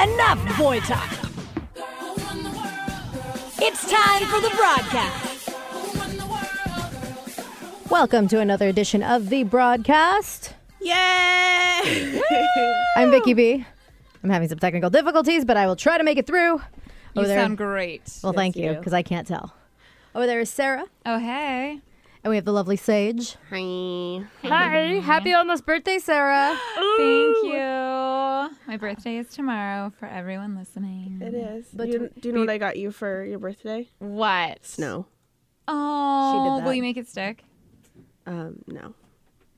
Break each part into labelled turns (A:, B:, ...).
A: Enough boy talk. It's time for the broadcast.
B: Welcome to another edition of the broadcast.
C: Yay!
B: I'm Vicky B. I'm having some technical difficulties, but I will try to make it through.
C: you
B: Over there-
C: sound great.
B: Well, thank
C: Yes,
B: you, because I can't tell. Over there is Sarah,
C: Oh, hey.
B: and we have the lovely Sage.
D: Hi.
B: Hi, happy almost birthday, Sarah.
C: Thank you. My birthday is tomorrow for everyone listening.
D: It is.
B: But
D: But do, you, do you know what I got you for your birthday?
C: What?
D: Snow.
C: Oh,
B: She did
C: will
B: that.
C: you make it stick?
D: Um, no.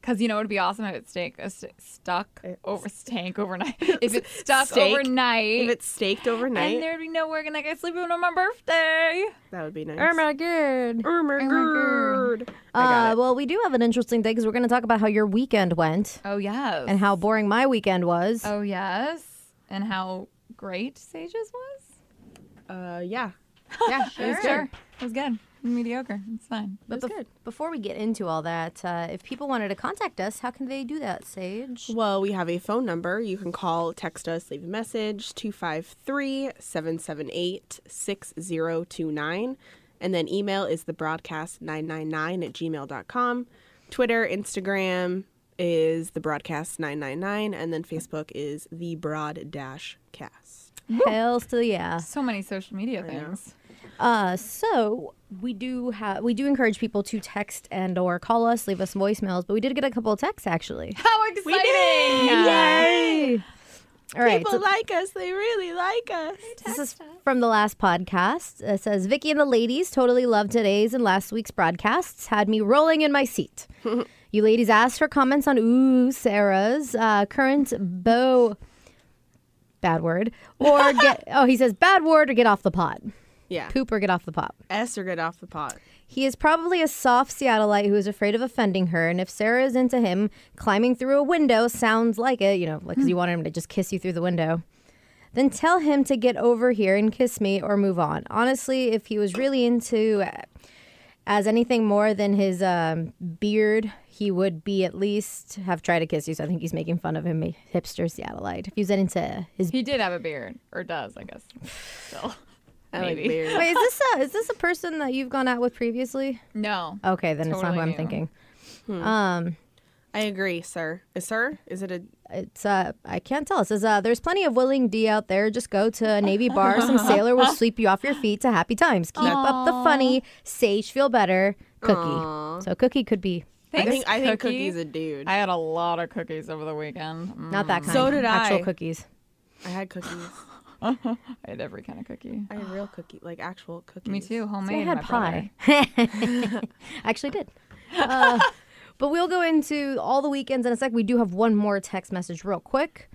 C: Because you know it would be awesome if it stank, uh, st- stuck
D: It-
C: over stank overnight. if it stuck
D: Steak.
C: overnight.
D: If it's staked overnight,
C: And there'd be no work, and I could sleep in on my birthday.
D: that would be nice.
B: good.
D: Ermagerd. I
B: Uh,
D: got it.
B: well, we do have an interesting thing because we're going to talk about how your weekend went
C: Oh, yes.
B: and how boring my weekend was.
C: Oh, yes. And how great Sages was.
D: Uh, yeah. Yeah, it was
C: Sure.
D: good.
C: It was good. Mediocre. It's fine.
B: But
D: That's
B: bef-
D: good.
B: before we get into all that, uh, if people wanted to contact us, how can they do that, Sage?
D: Well, we have a phone number. You can call, text us, leave a message 253 778 6029. And then email is thebroadcast999 at gmail.com. Twitter, Instagram is thebroadcast999. And then Facebook is the broad dash cast.
B: Hells to the yeah.
C: So many social media things.
B: Uh, so we do have we do encourage people to text and or call us, leave us voicemails, but we did get a couple of texts actually.
C: How exciting!
B: Yay! All right.
D: People
B: so
D: like us. They really like us.
B: this is from the last podcast. It says Vicky and the ladies totally loved today's and last week's broadcasts. Had me rolling in my seat. you ladies asked for comments on ooh Sarah's uh, current bow. Bad word or get oh he says bad word or get off the pot
D: Yeah.
B: poop or get off the pot.
D: S or get off the pot.
B: He is probably a soft Seattleite who is afraid of offending her, and if Sarah is into him, climbing through a window sounds like it, you know, like 'cause you wanted him to just kiss you through the window. Then tell him to get over here and kiss me or move on. Honestly, if he was really into uh, as anything more than his um, beard, he would be at least have tried to kiss you. So I think he's making fun of him, a hipster Seattleite. If he was into his
C: He did have a beard, or does, I guess. Still.
D: I
C: Maybe.
D: like beer.
B: Wait, is this a, is this a person that you've gone out with previously?
C: no.
B: Okay, then it's not
C: Totally
B: who I'm
C: new.
B: thinking. Um,
D: I agree, sir. Is sir? Is it a
B: it's uh I can't tell. It says uh there's plenty of willing D out there. Just go to a navy bar. Some sailor will sweep you off your feet to happy times. Keep up the funny. Sage feel better. Cookie. So cookie could be
C: Thanks,
D: I think I think
C: Cookie.
D: Cookie's a dude.
C: I had a lot of cookies over the weekend. Mm,
B: not that kind.
D: So did
B: Actual
D: I.
B: cookies.
D: I had cookies.
C: I had every kind of cookie.
D: I had real cookie, like actual cookies.
C: Me too,
B: I
C: homemade.
B: had
C: my
B: pie. I actually did. Uh, but we'll go into all the weekends in a sec. We do have one more text message real quick.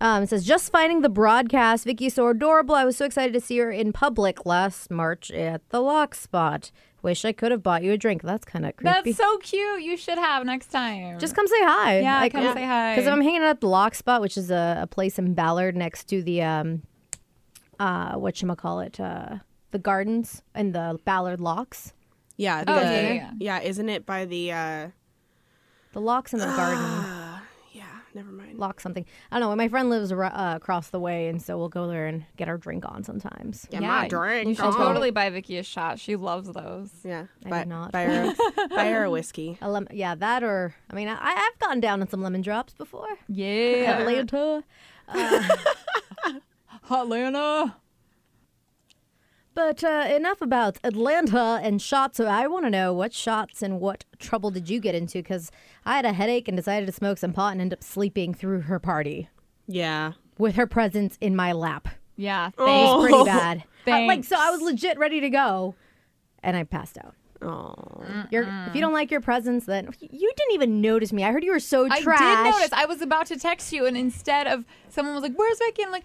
B: Um, it says, just finding the broadcast. Vicky is so adorable. I was so excited to see her in public last March at the Lock Spot. Wish I could have bought you a drink. That's kind of
C: brother.
B: creepy.
C: That's so cute. You should have next time.
B: just come say hi.
C: Yeah, come say hi.
B: Because if I'm hanging out at the Lock Spot, which is a, a place in Ballard next to the, um, uh, whatchamacallit, uh, the gardens and the Ballard Locks.
D: Yeah.
C: Oh,
D: the-
C: yeah, yeah,
D: yeah,
C: yeah.
D: Isn't it by the? uh
B: The Locks and the Garden.
D: Yeah. Never mind.
B: lock something. I don't know. My friend lives ar- uh, across the way, and so we'll go there and get our drink on sometimes.
D: Yeah. my drink.
C: You should
D: Oh.
C: totally buy Vicky a shot. She loves those.
D: Yeah.
B: I
D: buy,
B: did not.
D: Buy her, buy her a whiskey.
B: A lem- yeah, that or I mean, I, I've gotten down on some lemon drops before.
C: Yeah.
B: Atlanta.
C: Atlanta.
B: But uh, enough about Atlanta and shots. So I want to know what shots and what trouble did you get into? Because I had a headache and decided to smoke some pot and end up sleeping through her party
D: Yeah.
B: with her presence in my lap.
C: Yeah.
B: It
C: Thanks.
B: was pretty bad. I- like
C: Oh. Thanks.
B: so, I was legit ready to go, and I passed out.
D: Oh.
B: Your, if you don't like your presence, then you didn't even notice me. I heard you were so trash.
C: I did notice. I was about to text you, and instead of someone was like, "Where's Vicky?" I'm like,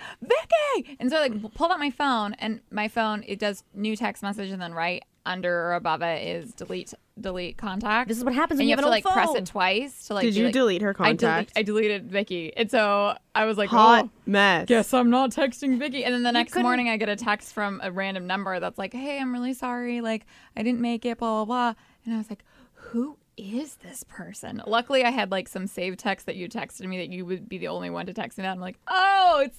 C: "Vicky!" And so I like pulled out my phone, and my phone it does new text message, and then right under or above it is delete delete contact.
B: This is what happens
C: And
B: when
C: you
B: you
C: have
B: have
C: to
B: an old
C: like press
B: phone.
C: it twice to like.
D: Did
C: be
D: you
C: like-
D: delete her contact?
C: I, delete, I deleted Vicky, and so I was like,
D: Hot
C: "Oh,
D: mess.
C: guess I'm not texting Vicky. And then the next
B: couldn't-
C: morning, I get a text from a random number that's like, hey, I'm really sorry. Like, I didn't make it, blah, blah, blah. And I was like, who is this person? Luckily, I had like some saved text that you texted me that you would be the only one to text me that. I'm like, oh, it's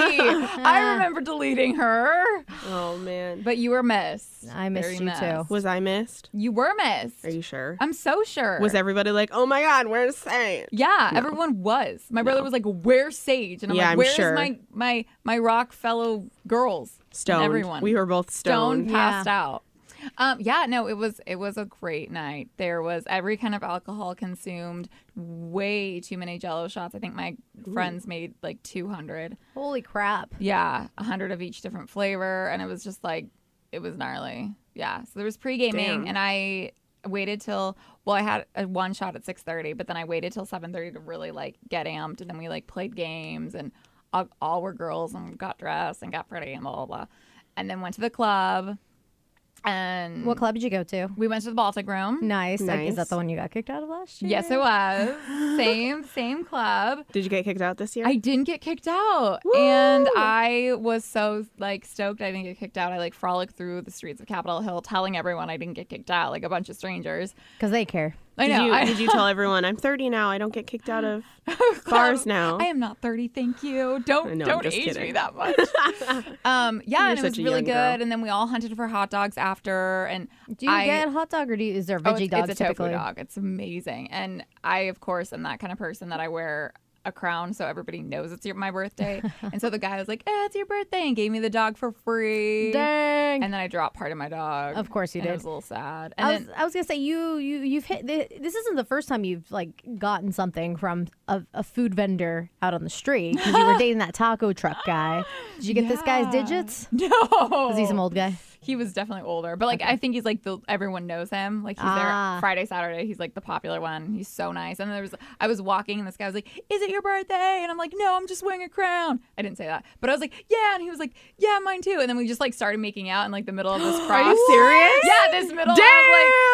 C: I remember deleting her.
D: Oh man.
C: But you were missed.
B: I missed
C: Very
B: you, too.
D: was I missed?
C: You were missed.
D: Are you sure?
C: I'm so sure.
D: was everybody like, "Oh my god, where's Sage?"
C: Yeah, everyone was. My brother was like, "Where's Sage?" And I'm
D: Yeah,
C: like,
D: I'm
C: "Where's
D: sure.
C: my my my rock fellow girls?" And
D: Stoned.
C: Everyone.
D: We were both stoned.
C: stoned, passed out. Um, yeah, no, it was it was a great night. There was every kind of alcohol consumed. Way too many Jello shots. I think my friends made like 200.
B: Holy crap.
C: Yeah, 100 of each different flavor, and it was just like it was gnarly. Yeah, so there was pre gaming,
D: Damn.
C: and I waited till well, I had a one shot at 6:30, but then I waited till 7:30 to really like get amped, and then we like played games, and all, all were girls, and got dressed and got pretty, and blah blah blah, and then went to the club, and
B: What club did you go to?
C: we went to the Baltic Room.
B: Nice. Like, is that
D: Nice.
B: the one you got kicked out of last year?
C: Yes, it was same same club.
D: Did you get kicked out this year?
C: I didn't get kicked out. And I was so like stoked I didn't get kicked out. I like frolicked through the streets of Capitol Hill telling everyone I didn't get kicked out, like a bunch of strangers.
B: Because they care.
C: I
D: did
C: know.
D: you,
C: I,
D: did you tell everyone I'm 30 now? I don't get kicked out of bars now.
C: I am not 30, thank you. Don't
D: know, I'm
C: don't
D: just
C: age me
D: kidding.
C: that much. um yeah,
D: You're
C: and it was
D: such a
C: really
D: young
C: good.
D: girl.
C: And then we all hunted for hot dogs after and
B: Do you
C: I,
B: get hot dog or do you, is there
C: Oh,
B: veggie
C: it's,
B: dogs
C: it's a
B: typically?
C: tofu dog. It's amazing. And I, of course, am that kind of person that I wear a crown so everybody knows it's your, my birthday. and so the guy was like, eh, it's your birthday, and gave me the dog for free.
B: Dang.
C: And then I dropped part of my dog.
B: Of course you
C: and
B: did.
C: It was a little sad. And
B: I was,
C: then,
B: I was gonna say you you you've hit the, this isn't the first time you've like gotten something from a, a food vendor out on the street because you were dating that taco truck guy. Did you get this guy's
C: Yeah.
B: digits?
C: no.
B: Is he some old guy?
C: He was definitely older. But, like, I think he's, like, the everyone knows him. Like, he's
B: Ah.
C: there Friday, Saturday. He's, like, the popular one. He's so nice. And there was, I was walking, and this guy was like, is it your birthday? And I'm like, no, I'm just wearing a crown. I didn't say that. But I was like, yeah. And he was like, yeah, mine too. And then we just, like, started making out in, like, the middle of this cross.
D: Are you serious?
C: Yeah, this middle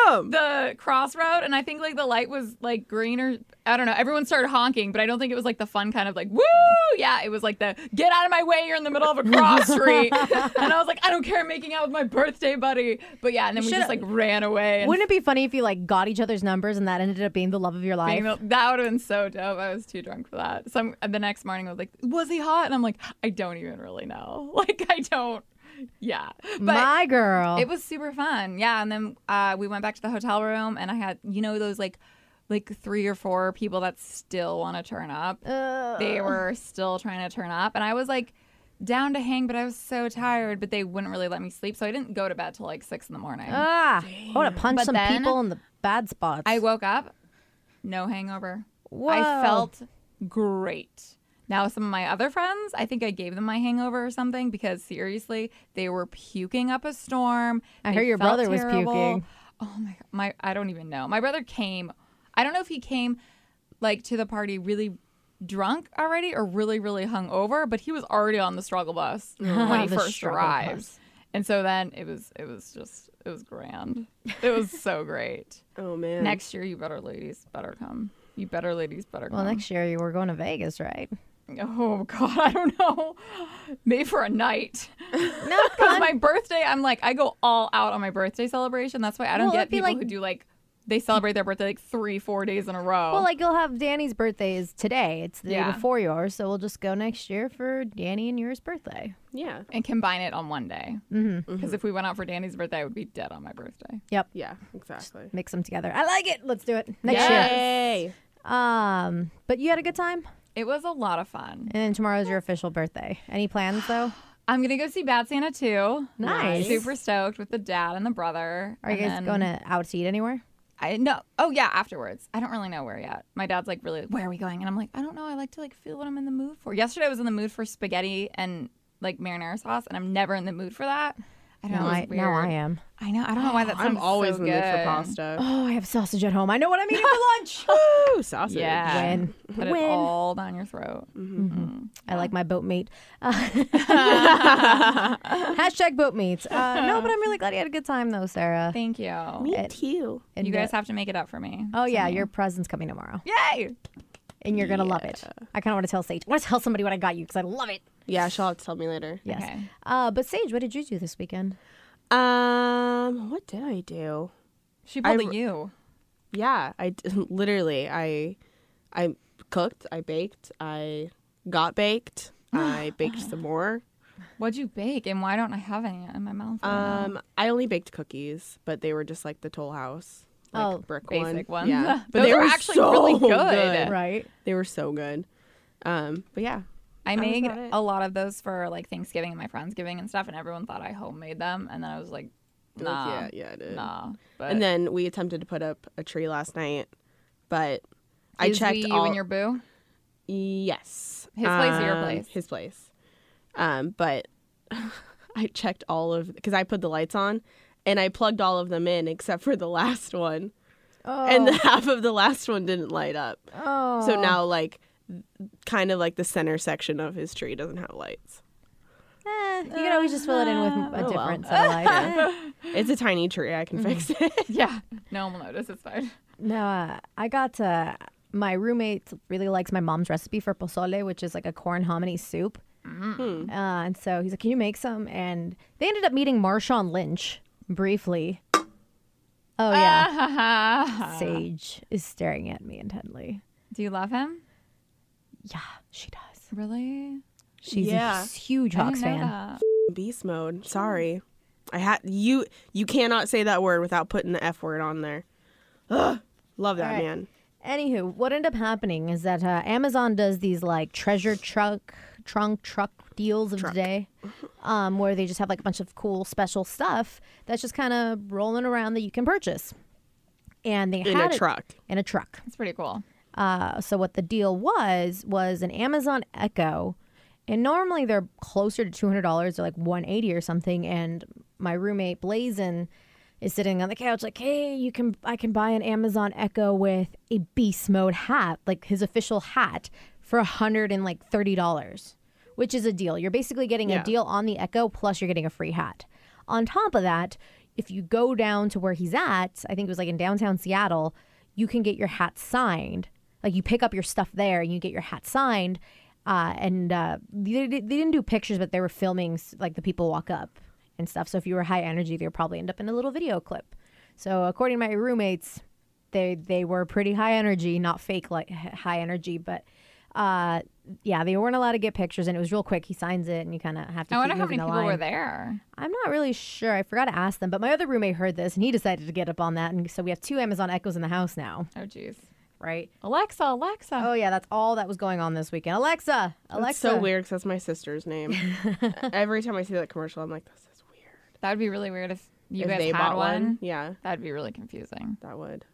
C: of, like,
D: Damn.
C: the crossroad. And I think, like, the light was, like, green or, I don't know. Everyone started honking, but I don't think it was, like, the fun kind of, like, woo. Yeah, it was like the, get out of my way. You're in the middle of a cross street. and I was like, I don't care. I'm making out with my birthday buddy. But yeah, and then we just, like, ran away. And
B: Wouldn't it be funny if you like got each other's numbers and that ended up being the love of your life?
C: being the- that would have been so dope. I was too drunk for that. So I'm, the next morning, I was like, "Was he hot?" And I'm like, "I don't even really know. Like, I don't. Yeah, but
B: My girl.
C: it was super fun. Yeah, and then uh, we went back to the hotel room, and I had you know those like like three or four people that still want to turn up. They were still trying to turn up, and I was like down to hang, but I was so tired. But they wouldn't really let me sleep, so I didn't go to bed till like six in the morning.
B: ah, I want to punch
C: But
B: some
C: then-
B: people in the bad spots.
C: I woke up, no hangover.
B: Whoa.
C: I felt great. Now, some of my other friends, I think I gave them my hangover or something because seriously, they were puking up a storm.
B: I
C: They
B: heard your
C: felt
B: brother was
C: terrible.
B: puking.
C: Oh my god, my I don't even know. My brother came. I don't know if he came like to the party really drunk already or really really hungover, but he was already on the struggle bus when he
B: The
C: first
B: struggle
C: arrived.
B: bus.
C: And so then it was it was just it was grand. It was so great.
D: Oh man.
C: Next year, you better ladies better come. You better ladies better come.
B: well, next year you were going to Vegas, right?
C: oh God, I don't know. Maybe for a night.
B: No,
C: Because my birthday, I'm like, I go all out on my birthday celebration. That's why I don't
B: Well, it'd
C: get
B: be
C: people
B: like-
C: who do like they celebrate their birthday like three, four days in a row.
B: Well, like you'll have Danny's birthday is today. It's the day
C: Yeah.
B: before yours, so we'll just go next year for Danny and yours birthday.
D: Yeah.
C: and combine it on one day.
B: Mm-hmm.
C: Because if we went out for Danny's birthday, I would be dead on my birthday.
B: Yep.
D: Yeah. Exactly.
B: Mix them together. I like it. Let's do it next
C: Yes.
D: Yay.
B: year. Um, but you had a good time,
C: It was a lot of fun.
B: and then tomorrow's your official birthday. Any plans though?
C: I'm gonna go see Bad Santa too.
B: Nice.
C: Super stoked with the dad and the brother.
B: Are you
C: And
B: guys
C: then-
B: going to out to eat anywhere?
C: I no. Oh yeah, afterwards. I don't really know where yet. My dad's like, really, where are we going? And I'm like, I don't know. I like to like feel what I'm in the mood for. Yesterday I was in the mood for spaghetti and like marinara sauce, and I'm never in the mood for that. I don't
B: No,
C: know.
B: I,
C: it's
B: now
C: weird.
B: I am.
C: I know. I don't know why that sounds
D: I'm always
C: so
D: in the mood for
C: good.
D: pasta.
B: Oh, I have sausage at home. I know what I'm eating for lunch.
D: Ooh, sausage.
C: Yeah.
B: Win.
C: Put it
B: Win.
C: all down your throat.
D: Mm.
B: I like my boat meat. Uh, hashtag boat meat. Uh, no, but I'm really glad you had a good time though, Sarah.
C: Thank you.
D: Me too.
B: And,
C: you guys
B: uh,
C: have to make it up for me.
B: Oh yeah, your present's coming tomorrow.
C: Yay!
B: and you're gonna love it. I kind of want to tell Sage. I want to tell somebody what I got you because I love it.
D: Yeah, she'll have to tell me later.
B: Yes.
C: Okay.
B: Uh, but Sage, what did you do this weekend?
D: Um, what did I do?
C: She pulled
D: I-
C: a you.
D: yeah, I d- literally I I cooked, I baked, I got baked, I baked some more.
C: What'd you bake, and why don't I have any in my mouth? right now?
D: Um, I only baked cookies, but they were just like the Toll House, like
B: Oh,
D: brick
C: basic ones.
D: one. Yeah, but
C: Those
D: they
C: are
D: were
C: actually
D: so
C: really good.
B: Right.
D: They were so good. Um, but yeah,
C: I
D: was
C: made
D: about it.
C: a lot of those for like Thanksgiving and my Friendsgiving and stuff, and everyone thought I homemade them, and then I was like,
D: It was-
C: nah,
D: yeah, yeah, it is.
C: nah. But
D: And then we attempted to put up a tree last night, but I
C: is
D: checked
C: we, you
D: all.
C: and your boo.
D: Yes.
C: His place or your
D: Um,
C: place?
D: His place. Um, but I checked all of because I put the lights on and I plugged all of them in except for the last one.
B: Oh.
D: And the half of the last one didn't light up.
B: oh.
D: So now like kind of like the center section of his tree doesn't have lights.
B: Eh, you can always just fill it in with a
D: well.
B: different set of lights.
D: It's a tiny tree, I can fix it.
C: Yeah, no one will notice. It's fine.
B: no, uh, I got to. My roommate really likes my mom's recipe for pozole, which is like a corn hominy soup.
C: Mm.
B: Uh, and so he's like, "Can you make some?" And they ended up meeting Marshawn Lynch briefly. Oh yeah,
C: Ah.
B: Sage is staring at me intently.
C: Do you love him?
B: Yeah, she does.
C: Really?
B: She's
D: Yeah.
B: a huge
C: I didn't
B: Hawks
C: know
B: fan.
C: that.
D: Beast mode. Sorry. I had you you cannot say that word without putting the F word on there. Ugh. Love that
B: Alright.
D: man.
B: Anywho, what ended up happening is that uh, Amazon does these like treasure truck, trunk, truck deals of today, um, where they just have like a bunch of cool special stuff that's just kind of rolling around that you can purchase. And they
D: In
B: had
D: a
B: it-
D: truck.
B: In a truck.
C: It's pretty cool.
B: Uh, so what the deal was was an Amazon Echo, and normally they're closer to two hundred dollars, they're like one eighty or something. And my roommate Blazin is sitting on the couch like, hey, you can I can buy an Amazon Echo with a beast mode hat, like his official hat, for a hundred and like thirty dollars, which is a deal. You're basically getting
D: Yeah.
B: a deal on the Echo plus you're getting a free hat. On top of that. If you go down to where he's at, I think it was like in downtown Seattle, you can get your hat signed. Like you pick up your stuff there and you get your hat signed. Uh, and uh, they, they didn't do pictures, but they were filming s- like the people walk up and stuff. So if you were high energy, they'd probably end up in a little video clip. So according to my roommates, they they were pretty high energy, not fake like h- high energy, but uh, yeah, they weren't allowed to get pictures, and it was real quick. He signs it, and you kind of have to.
C: I
B: keep
C: wonder how many
B: moving the
C: people were
B: line.
C: there.
B: I'm not really sure. I forgot to ask them, but my other roommate heard this, and he decided to get up on that, and so we have two Amazon Echoes in the house now,
C: Oh, jeez.
D: Oh.
B: right?
C: Alexa, Alexa.
B: Oh yeah, that's all that was going on this weekend. Alexa, Alexa.
D: That's so weird because that's my sister's name. Every time I see that commercial, I'm like, this is weird.
C: That would be really weird if you
D: if
C: guys
D: they
C: had
D: bought
C: one.
D: yeah,
C: That'd be really confusing.
D: that would.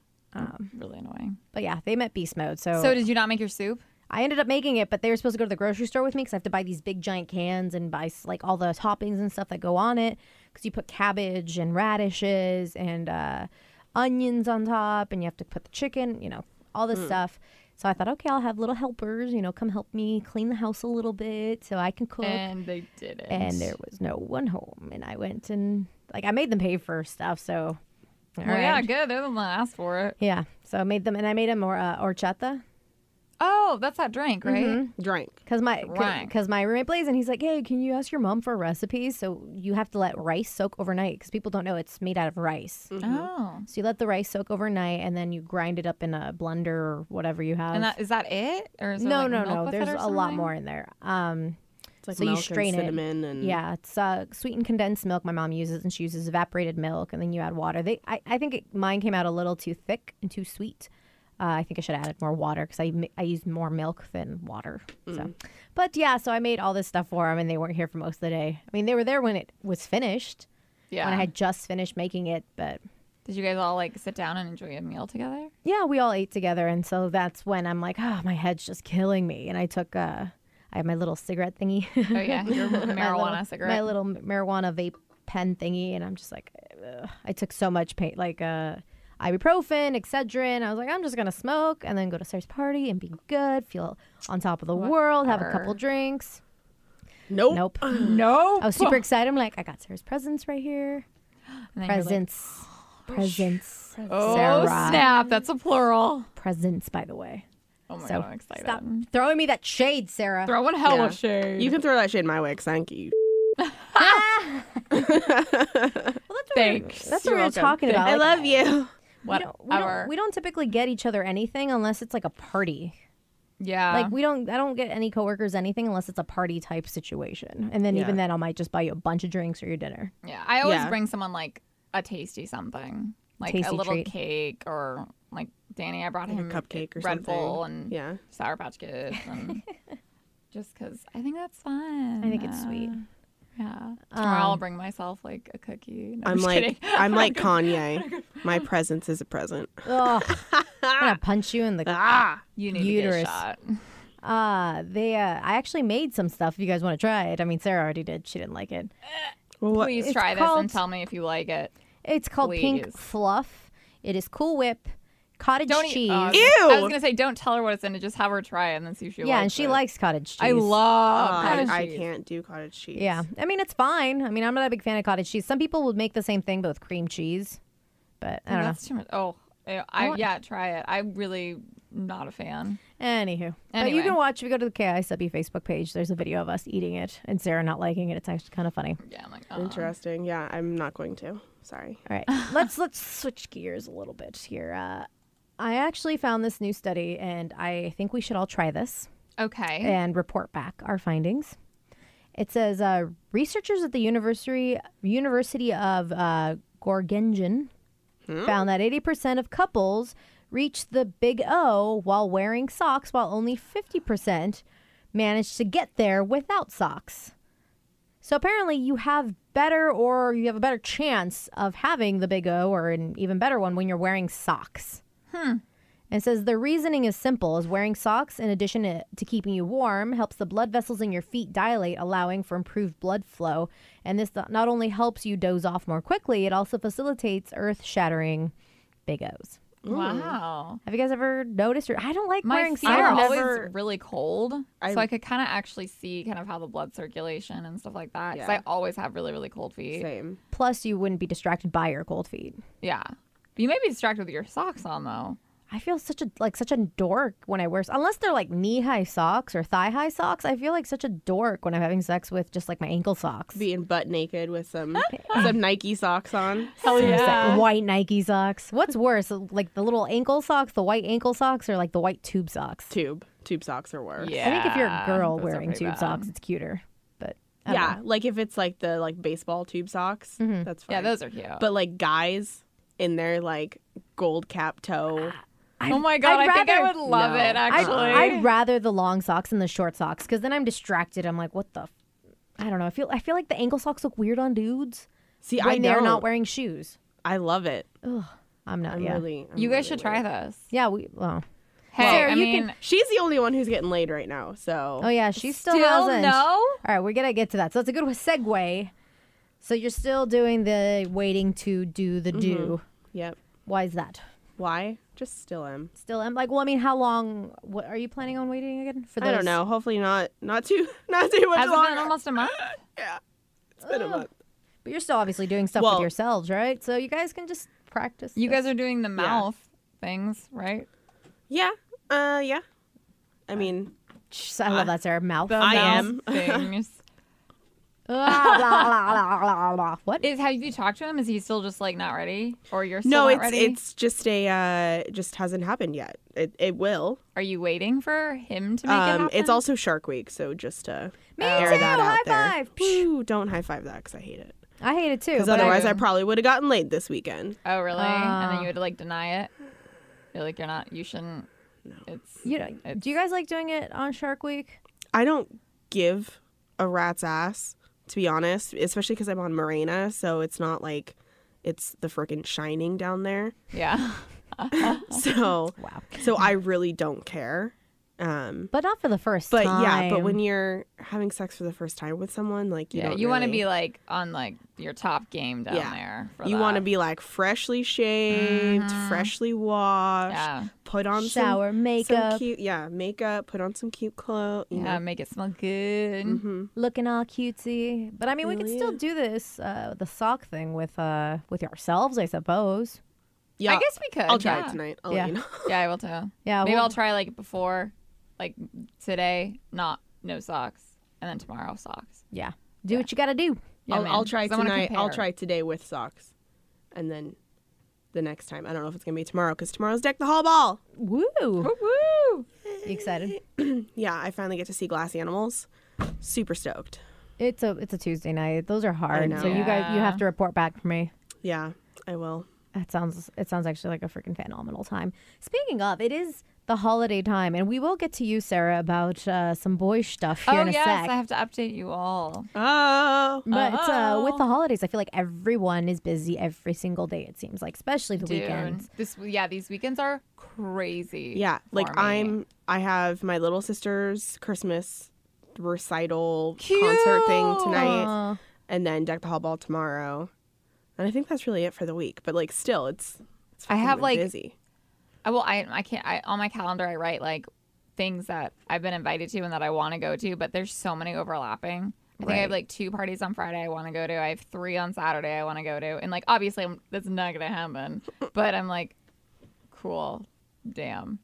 C: Really annoying.
B: But yeah, they met Beast Mode. So,
C: So, did you not make your soup?
B: I ended up making it, but they were supposed to go to the grocery store with me because I have to buy these big giant cans and buy s- like all the toppings and stuff that go on it. Because you put cabbage and radishes and uh, onions on top, and you have to put the chicken, you know, all
D: Hmm.
B: this stuff. So I thought, okay, I'll have little helpers, you know, come help me clean the house a little bit so I can cook.
C: And they didn't.
B: and there was no one home, and I went and like I made them pay for stuff, so. all
C: Well, yeah,
B: right.
C: good. They're the one that asked for it.
B: Yeah, so I made them, and I made them or, uh, horchata
C: Oh, that's that drink, right?
B: Mm-hmm.
D: Drank.
B: because my
C: Right.
B: because my roommate plays, and he's like, "Hey, can you ask your mom for a recipe?" So you have to let rice soak overnight because people don't know it's made out of rice.
D: Mm-hmm.
C: Oh,
B: So you let the rice soak overnight, and then you grind it up in a blender or whatever you have.
C: and that is that it, or is there,
B: no,
C: like,
B: no,
C: milk
B: no.
C: with it
B: There's
C: or
B: a lot
C: something?
B: more in there. Um,
D: It's like
B: So you
D: milk
B: strain it.
D: and cinnamon and
B: yeah, it's uh, sweetened condensed milk. My mom uses, and she uses evaporated milk, and then you add water. They, I, I think it, mine came out a little too thick and too sweet. Uh, I think I should have added more water because I, mi- I used more milk than water. So, but yeah, so I made all this stuff for them, and they weren't here for most of the day. I mean, they were there when it was finished,
C: Yeah.
B: when I had just finished making it. But
C: Did you guys all like sit down and enjoy a meal together?
B: yeah, we all ate together, and so that's when I'm like, oh, my head's just killing me, and I took, uh, I had my little cigarette thingy.
C: Oh yeah, your little
B: Mm-hmm. my
C: marijuana
B: little-
C: cigarette.
B: My little marijuana vape pen thingy, and I'm just like, ugh. I took so much pain, like uh, ibuprofen, Excedrin. I was like, I'm just gonna smoke and then go to Sarah's party and be good, feel on top of the world, have a couple
C: Whatever.
B: drinks.
D: Nope.
B: Nope. I
C: no.
B: was super excited. I'm like, I got Sarah's presents right here. Presents. Presents.
C: oh
B: Sarah.
C: snap! That's a plural.
B: Presents, by the way.
C: Oh my
B: So
C: god, I'm excited.
B: stop throwing me that shade, Sarah.
C: Throwing hell
D: Yeah.
C: of shade.
D: You can throw that shit in my way because I ain't you.
C: Thanks.
B: That's what we were
D: welcome.
B: talking about.
D: I
B: like-
D: love you.
B: We don't, we,
C: Whatever.
B: don't, we don't typically get each other anything unless it's like a party.
C: yeah.
B: Like we don't, I don't get any coworkers anything unless it's a party type
C: Mm.
B: situation, and then
D: Yeah.
B: even then I might just buy you a bunch of drinks or your dinner.
C: Yeah, I always
D: Yeah.
C: bring someone like a tasty something, like a
B: Tasty
C: little
B: treat.
C: cake or like Danny. I brought
D: a
C: him
D: cupcake or
C: Red Bull
D: something.
C: and
D: Yeah.
C: Sour Patch Kids, and just because I think that's fun.
B: I think it's sweet. Um,
C: Yeah. Tomorrow I'll bring myself like a cookie. No,
D: I'm
C: just
D: like
C: kidding.
D: I'm like Kanye. My presence is a present.
B: Ugh. I'm gonna punch you in the.
D: Ah,
C: you need to
B: uterus.
C: get a shot.
B: Uh, they. Uh, I actually made some stuff. If you guys want to try it, I mean Sarah already did. She didn't like it.
D: well, what,
C: Please
B: It's
C: try this
B: called-
C: and tell me if you like it.
B: It's called Pink
C: Please.
B: Fluff. It is Cool Whip, cottage
C: Don't
B: cheese.
C: eat. oh,
D: Ew!
C: I was gonna say don't tell her what it's in. Just have her try it and then see if she.
B: yeah,
C: likes
B: and she
C: it.
B: likes cottage cheese. Uh,
C: I love.
D: I,
C: cottage
D: I
C: cheese.
D: can't do cottage cheese.
B: Yeah, I mean it's fine. I mean I'm not a big fan of cottage cheese. Some people would make the same thing but with cream cheese, but I don't know.
C: That's too much. Oh, I, I
B: want-
C: yeah, try it. I'm really not a fan.
B: Anywho, but you
C: Anyway.
B: can watch. If you go to the KI Subby Facebook page, there's a video of us eating it and Sarah not liking it. It's actually kind of funny.
C: Yeah, I'm like, oh.
D: Interesting. Yeah, I'm not going to. Sorry.
B: All right, let's let's switch gears a little bit here. Uh, I actually found this new study, and I think we should all try this.
C: Okay.
B: and report back our findings. It says uh, researchers at the University University of uh, Gorgingen found that 80% of couples reach the big O while wearing socks, while only 50% managed to get there without socks. So apparently, you have better or you have a better chance of having the big O or an even better one when you're wearing socks and says the reasoning is simple as wearing socks in addition to- to keeping you warm helps the blood vessels in your feet dilate allowing for improved blood flow and this not not only helps you doze off more quickly it also facilitates earth shattering big o's
C: Wow.
B: have you guys ever noticed or i don't like
C: My
B: wearing
C: feet
B: socks
C: are
D: I've
C: always
D: never-
C: really cold, so I
D: I've-
C: could kind of actually see kind of how the blood circulation and stuff like that. Because
D: Yeah.
C: I always have really really cold feet.
D: Same.
B: plus you wouldn't be distracted by your cold feet
C: Yeah. You may be distracted with your socks on though.
B: I feel such a like such a dork when I wear unless they're like knee high socks or thigh high socks. I feel like such a dork when I'm having sex with just like my ankle socks.
D: Being butt naked with some some Nike socks on.
C: Hell
B: Some se- white Nike socks. What's worse, like the little ankle socks, the white ankle socks, or like the white tube socks?
D: Tube. Tube socks are worse.
C: Yeah.
B: I think if you're a girl
C: those are
B: wearing
C: pretty
B: tube
C: bad.
B: socks, it's cuter. But uh, I don't
D: Yeah,
B: know.
D: like if it's like the like baseball tube socks,
B: Mm-hmm.
D: that's fine.
C: Yeah, those are cute.
D: But like guys in their like gold cap toe.
C: oh my god,
B: I'd
C: I think I
B: rather-
C: would love
D: No.
C: it
B: I'd,
C: actually.
B: I'd rather the long socks and the short socks because then I'm distracted. I'm like, what the. F-? I don't know. I feel I feel like the ankle socks look weird on dudes
D: See,
B: when
D: I
B: they're
D: don't.
B: not wearing shoes.
D: I love it.
B: I'm not.
D: I'm
B: yeah.
D: really. I'm
C: you guys
D: really
C: should
D: weird.
C: try this.
B: Yeah. We. Well.
C: Hey,
B: Sarah,
C: I
B: you can-
C: mean,
D: She's the only one who's getting laid right now. So
B: Oh yeah. She still,
C: still
B: hasn't.
C: no.
B: All right, we're gonna get to that. So that's a good segue. So you're still doing the waiting to do the do.
C: Mm-hmm.
D: yep.
B: Why is that?
D: Why? Just still am.
B: Still, I'm like, well, I mean, how long? What are you planning on waiting again for? Those?
D: I don't know. Hopefully not. Not too. Not too much
C: Has it been
D: longer.
C: almost a month?
D: yeah. It's been a month.
B: But you're still obviously doing stuff
D: Well-
B: with yourselves, right? So you guys can just practice.
C: You
B: this.
C: guys are doing the mouth things, right?
D: Yeah. Uh. Yeah. I mean,
B: Jeez, I love that, Sarah. Mouth.
D: I
C: Mouth
D: am.
C: things.
B: Ah, blah, blah, blah, blah, blah. What?
C: Is have you talked to him? Is he still just like not ready, or you're still
D: no.
C: not
D: It's
C: ready?
D: it's just a uh. it Just hasn't happened yet. It it will.
C: Are you waiting for him to make it
D: Um.
C: happen?
D: It's also Shark Week, so just to
B: Me
D: air
B: too,
D: that
B: high
D: out there.
B: five.
D: Phew, don't high five that because I hate it.
B: I hate it too.
D: Because
B: but I-
D: otherwise, I, probably would have gotten laid this weekend.
C: oh really? and
D: uh,
C: then you would like deny it. You're like you're not. You shouldn't. It's
B: you know, do you guys like doing it on Shark Week?
D: I don't give a rat's ass, to be honest, especially because I'm on Morena, so it's not like it's the frickin' shining down there.
C: yeah.
D: So,
B: Wow.
D: so I really don't care. Um,
B: But not for the first
D: but
B: time.
D: yeah, but when you're having sex for the first time with someone, like you
C: yeah.
D: don't
C: You want to be
D: really-
C: like on like your top game down
D: Yeah.
C: there. For
D: you
C: want
D: want to be like freshly shaved, freshly washed,
C: Yeah.
D: put on some-
B: Shower,
D: some
B: makeup.
D: cute yeah, makeup, put on some cute clothes. you know.
C: Yeah, make it smell good.
D: Mm-hmm.
B: looking all cutesy. But I mean, we could
D: Really
B: still
D: is.
B: do this uh, the sock thing with uh, with ourselves, I suppose.
D: yeah,
C: I guess we could.
D: I'll try
C: yeah.
D: it tonight. I'll
B: Yeah.
D: let you know.
C: Yeah, I will too.
B: Yeah,
C: Maybe
B: we'll-
C: I'll try like before, like today, not no socks, and then tomorrow socks.
B: Yeah, do what you got to do.
C: Yeah,
D: I'll,
C: man,
D: I'll try
C: 'cause I wanna
D: tonight. I'll
C: compare.
D: try today with socks, and then the next time. I don't know if it's gonna be tomorrow because tomorrow's deck the hall ball.
B: Woo! You
C: Woo!
B: excited?
D: Yeah, I finally get to see glass animals. Super stoked.
B: It's a it's a Tuesday night. Those are hard.
D: know.
B: So you guys you
C: Yeah.
B: have to report back for me.
D: Yeah, I will.
B: That sounds it sounds actually like a freaking phenomenal time. Speaking of, it is the holiday time, and we will get to you, Sarah, about uh, some boy stuff here
C: Oh
B: in a
C: yes,
B: sec.
C: I have to update you all.
D: Oh,
B: but uh, with the holidays, I feel like everyone is busy every single day. It seems like, especially the
C: Dude,
B: weekends.
C: this yeah, these weekends are crazy.
D: yeah. Like
C: for me.
D: I'm. I have my little sister's Christmas recital concert thing tonight,
B: Aw.
D: and then deck the hall ball tomorrow. And I think that's really it for the week. But like, still, it's. it's
C: I have,
D: fucking
C: like,
D: busy.
C: I will. Uh, I I can't. I on my calendar I write like things that I've been invited to and that I want to go to, but there's so many overlapping. I think I have
B: Right.
C: like two parties on Friday I want to go to. I have three on Saturday I want to go to, and like obviously I'm, that's not gonna happen. But I'm like, cool, damn,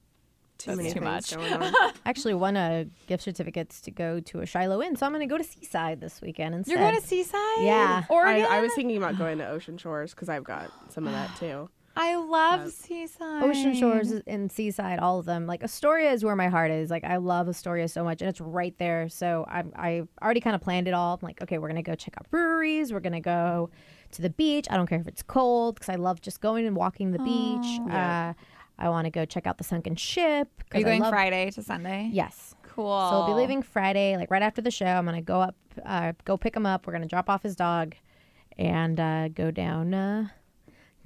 D: too
C: that's
D: many
C: too
D: things
C: much.
D: going on.
B: Actually, won a gift certificates to go to a Shiloh Inn, so I'm going to go to Seaside this weekend instead.
C: you're going to Seaside,
B: Yeah.
C: Oregon.
D: I,
C: I,
D: I was thinking about going to Ocean Shores because I've got some of that too.
C: love Seaside.
B: Ocean Shores and Seaside, all of them. Like Astoria is where my heart is. Like I love Astoria so much, and it's right there. So I I already kind of planned it all. I'm like, okay, we're gonna go check out breweries. We're gonna go to the beach. I don't care if it's cold because I love just going and walking the beach. Uh, I want to go check out the sunken ship.
C: Are
B: 'cause
C: you
B: I
C: going
B: love-
C: Friday to Sunday?
B: Yes.
C: Cool.
B: So we'll be leaving Friday, like right after the show. I'm gonna go up, uh, go pick him up. We're gonna drop off his dog, and uh, go down uh,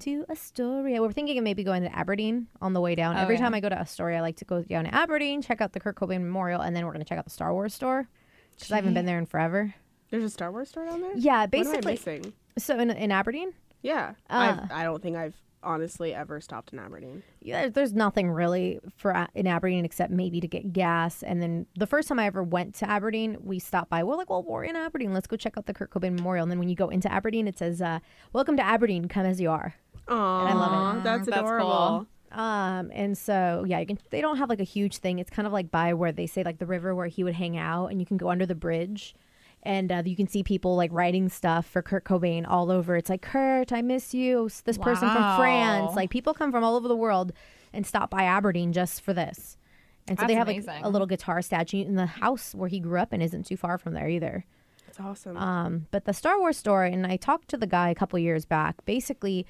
B: to Astoria. We're thinking of maybe going to Aberdeen on the way
D: Oh,
B: down. Every
C: yeah.
B: time I go to Astoria, I like to go down to Aberdeen, check out the Kurt Cobain Memorial, and then we're gonna check out the Star Wars store because I haven't been there in forever.
D: There's a Star Wars store down there.
B: Yeah,
D: What am I
B: basically.
D: missing?
B: So in in Aberdeen,
D: Yeah, I've, I don't think I've honestly ever stopped in Aberdeen.
B: yeah, there's nothing really for a- in Aberdeen except maybe to get gas. And then the first time I ever went to Aberdeen, we stopped by. We're like, well, we're in Aberdeen. Let's go check out the Kurt Cobain Memorial. And then when you go into Aberdeen, it says, uh, "Welcome to Aberdeen. Come as you are."
D: Aww,
B: love
C: it.
D: That's
C: Mm, that's
D: adorable.
C: cool.
B: Um, and so yeah, you can. They don't have like a huge thing. It's kind of like by where they say like the river where he would hang out, and you can go under the bridge, and uh, you can see people like writing stuff for Kurt Cobain all over. It's like Kurt, I miss you. S- This person from
C: Wow.
B: France. Like people come from all over the world and stop by Aberdeen just for this. And so they
C: That's
B: have like
C: amazing.
B: a little guitar statue in the house where he grew up and isn't too far from there either.
D: It's awesome.
B: Um, but the Star Wars store, and I talked to the guy a couple years back. Basically,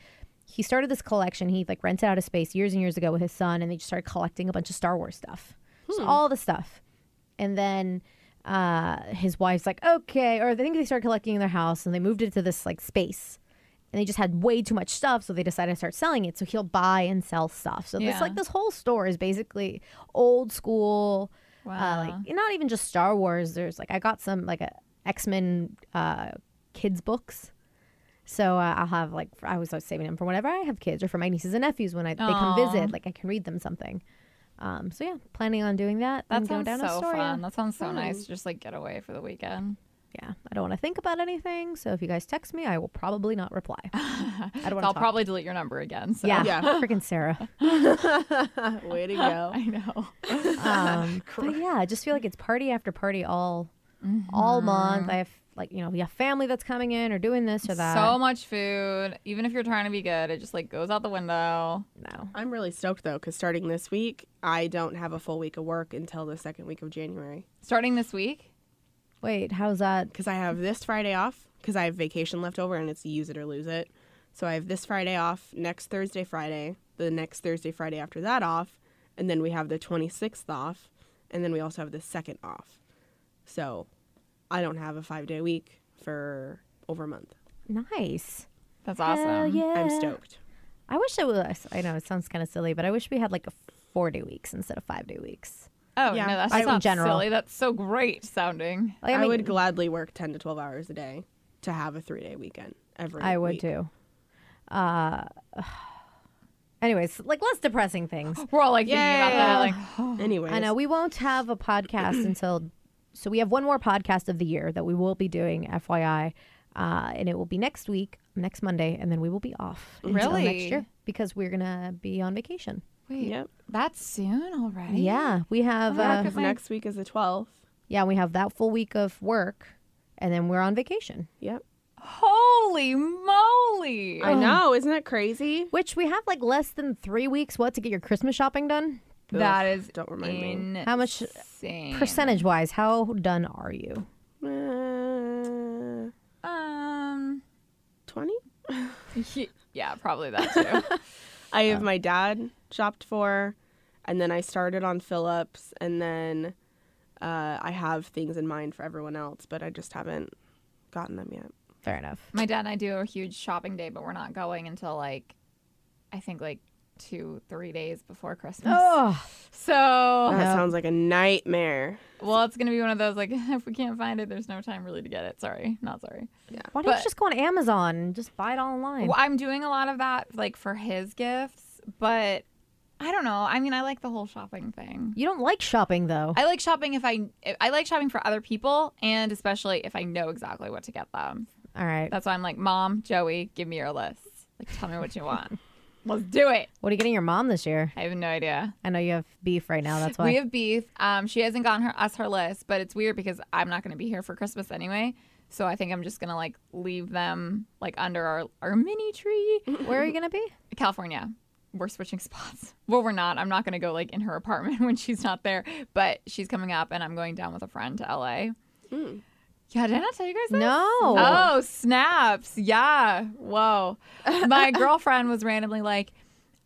B: he started this collection. He like rented out a space years and years ago with his son, and they just started collecting a bunch of Star Wars stuff, just all the stuff. And then uh, his wife's like, okay, or I think they started collecting in their house, and they moved it to this like space. And they just had way too much stuff, so they decided to start selling it. So he'll buy and sell stuff. So this
C: Yeah.
B: like this whole store is basically old school, uh, like
C: Wow.
B: and not even just Star Wars. There's like I got some like a X Men uh, kids books, so uh, I'll have like I was always saving them for whenever I have kids or for my nieces and nephews when I they come
C: Aw.
B: visit. Like I can read them something. Um, so yeah, planning on doing that.
C: That
B: and go
C: sounds
B: down to
C: so
B: Astoria. Hmm.
C: fun. That sounds so nice to just like get away for the weekend.
B: Yeah, I don't want to think about anything. So if you guys text me, I will probably not reply. I don't want
C: I'll
B: to talk.
C: probably delete your number again. So.
B: yeah,
D: Yeah.
B: freaking Sarah.
D: Way to go.
C: I know.
B: Um, but yeah, I just feel like it's party after party all all
D: Mm-hmm.
B: month. I have like you know we have family that's coming in or doing this or that.
C: So much food. Even if you're trying to be good, it just like goes out the window.
B: no.
D: I'm really stoked though because starting this week, I don't have a full week of work until the second week of January
C: Starting this week,
B: Wait, how's that?
D: because I have this Friday off because I have vacation left over and it's use it or lose it. So I have this Friday off, next Thursday, Friday, the next Thursday, Friday after that off, and then we have the 26th off, and then we also have the second off. So I don't have a five day week for over a month.
B: Nice.
C: that's
B: Hell
C: awesome.
B: yeah.
D: I'm stoked.
B: I wish I was. I know it sounds kind of silly, but I wish we had like a four day weeks instead of five day weeks.
C: Oh
D: Yeah,
C: no, that's
B: I- in
C: just not
B: general.
C: silly. That's so great sounding.
B: Like,
D: I,
B: mean,
D: would gladly work 10 to 12 hours a day to have a three day weekend every
B: I would
D: week.
B: too. Uh, anyways, like less depressing things.
C: We're all like thinking about that.
D: Yay.
C: Like, oh,
D: Anyways,
B: I know we won't have a podcast until. So we have one more podcast of the year that we will be doing, FYI, uh, and it will be next week, next Monday, and then we will be off until next
C: Really?
B: year because we're gonna be on vacation.
C: wait,
D: Yep.
C: that's soon already.
B: Yeah, we have.
C: Yeah,
B: uh,
C: 'cause my-
D: next week is the 12th.
B: yeah, we have that full week of work, and then we're on vacation.
D: Yep.
C: Holy moly.
B: Oh.
D: I know, isn't that crazy?
B: Which we have like less than three weeks, what, to get your Christmas shopping done?
C: That is
D: don't remind me.
C: insane.
B: How much Percentage wise, how done are you?
D: Uh,
C: Um,
D: 20?
C: yeah, probably that too.
D: I have my dad shopped for, and then I started on Phillips, and then uh, I have things in mind for everyone else, but I just haven't gotten them yet.
B: Fair enough.
C: My dad and I do a huge shopping day, but we're not going until like, I think like two, three days before Christmas.
B: Oh,
C: So, Oh,
D: That sounds like a nightmare.
C: well, it's gonna be one of those like, if we can't find it, there's no time really to get it. Sorry, not sorry.
B: why don't you
C: But-
B: just go on Amazon and just buy it online?
C: Well, I'm doing a lot of that like for his gifts, but I don't know. I mean, I like the whole shopping thing.
B: You don't like shopping though.
C: I like shopping if I I like shopping for other people and especially if I know exactly what to get them.
B: All right.
C: That's why I'm like, Mom, Joey, give me your list. Like, tell me what you want. Let's do it.
B: What are you getting your mom this year?
C: I have no idea.
B: I know you have beef right now. That's why.
C: We have beef. Um, she hasn't gotten her us her list, but it's weird because I'm not going to be here for Christmas anyway. So I think I'm just going to like leave them like under our our mini tree.
B: Where are you gonna be?
C: California. We're switching spots. Well, we're not. I'm not going to go like in her apartment when she's not there, but she's coming up and I'm going down with a friend to LA. Yeah, did I not tell you guys that?
B: No.
C: Oh, snaps. Yeah. Whoa. My girlfriend was randomly like,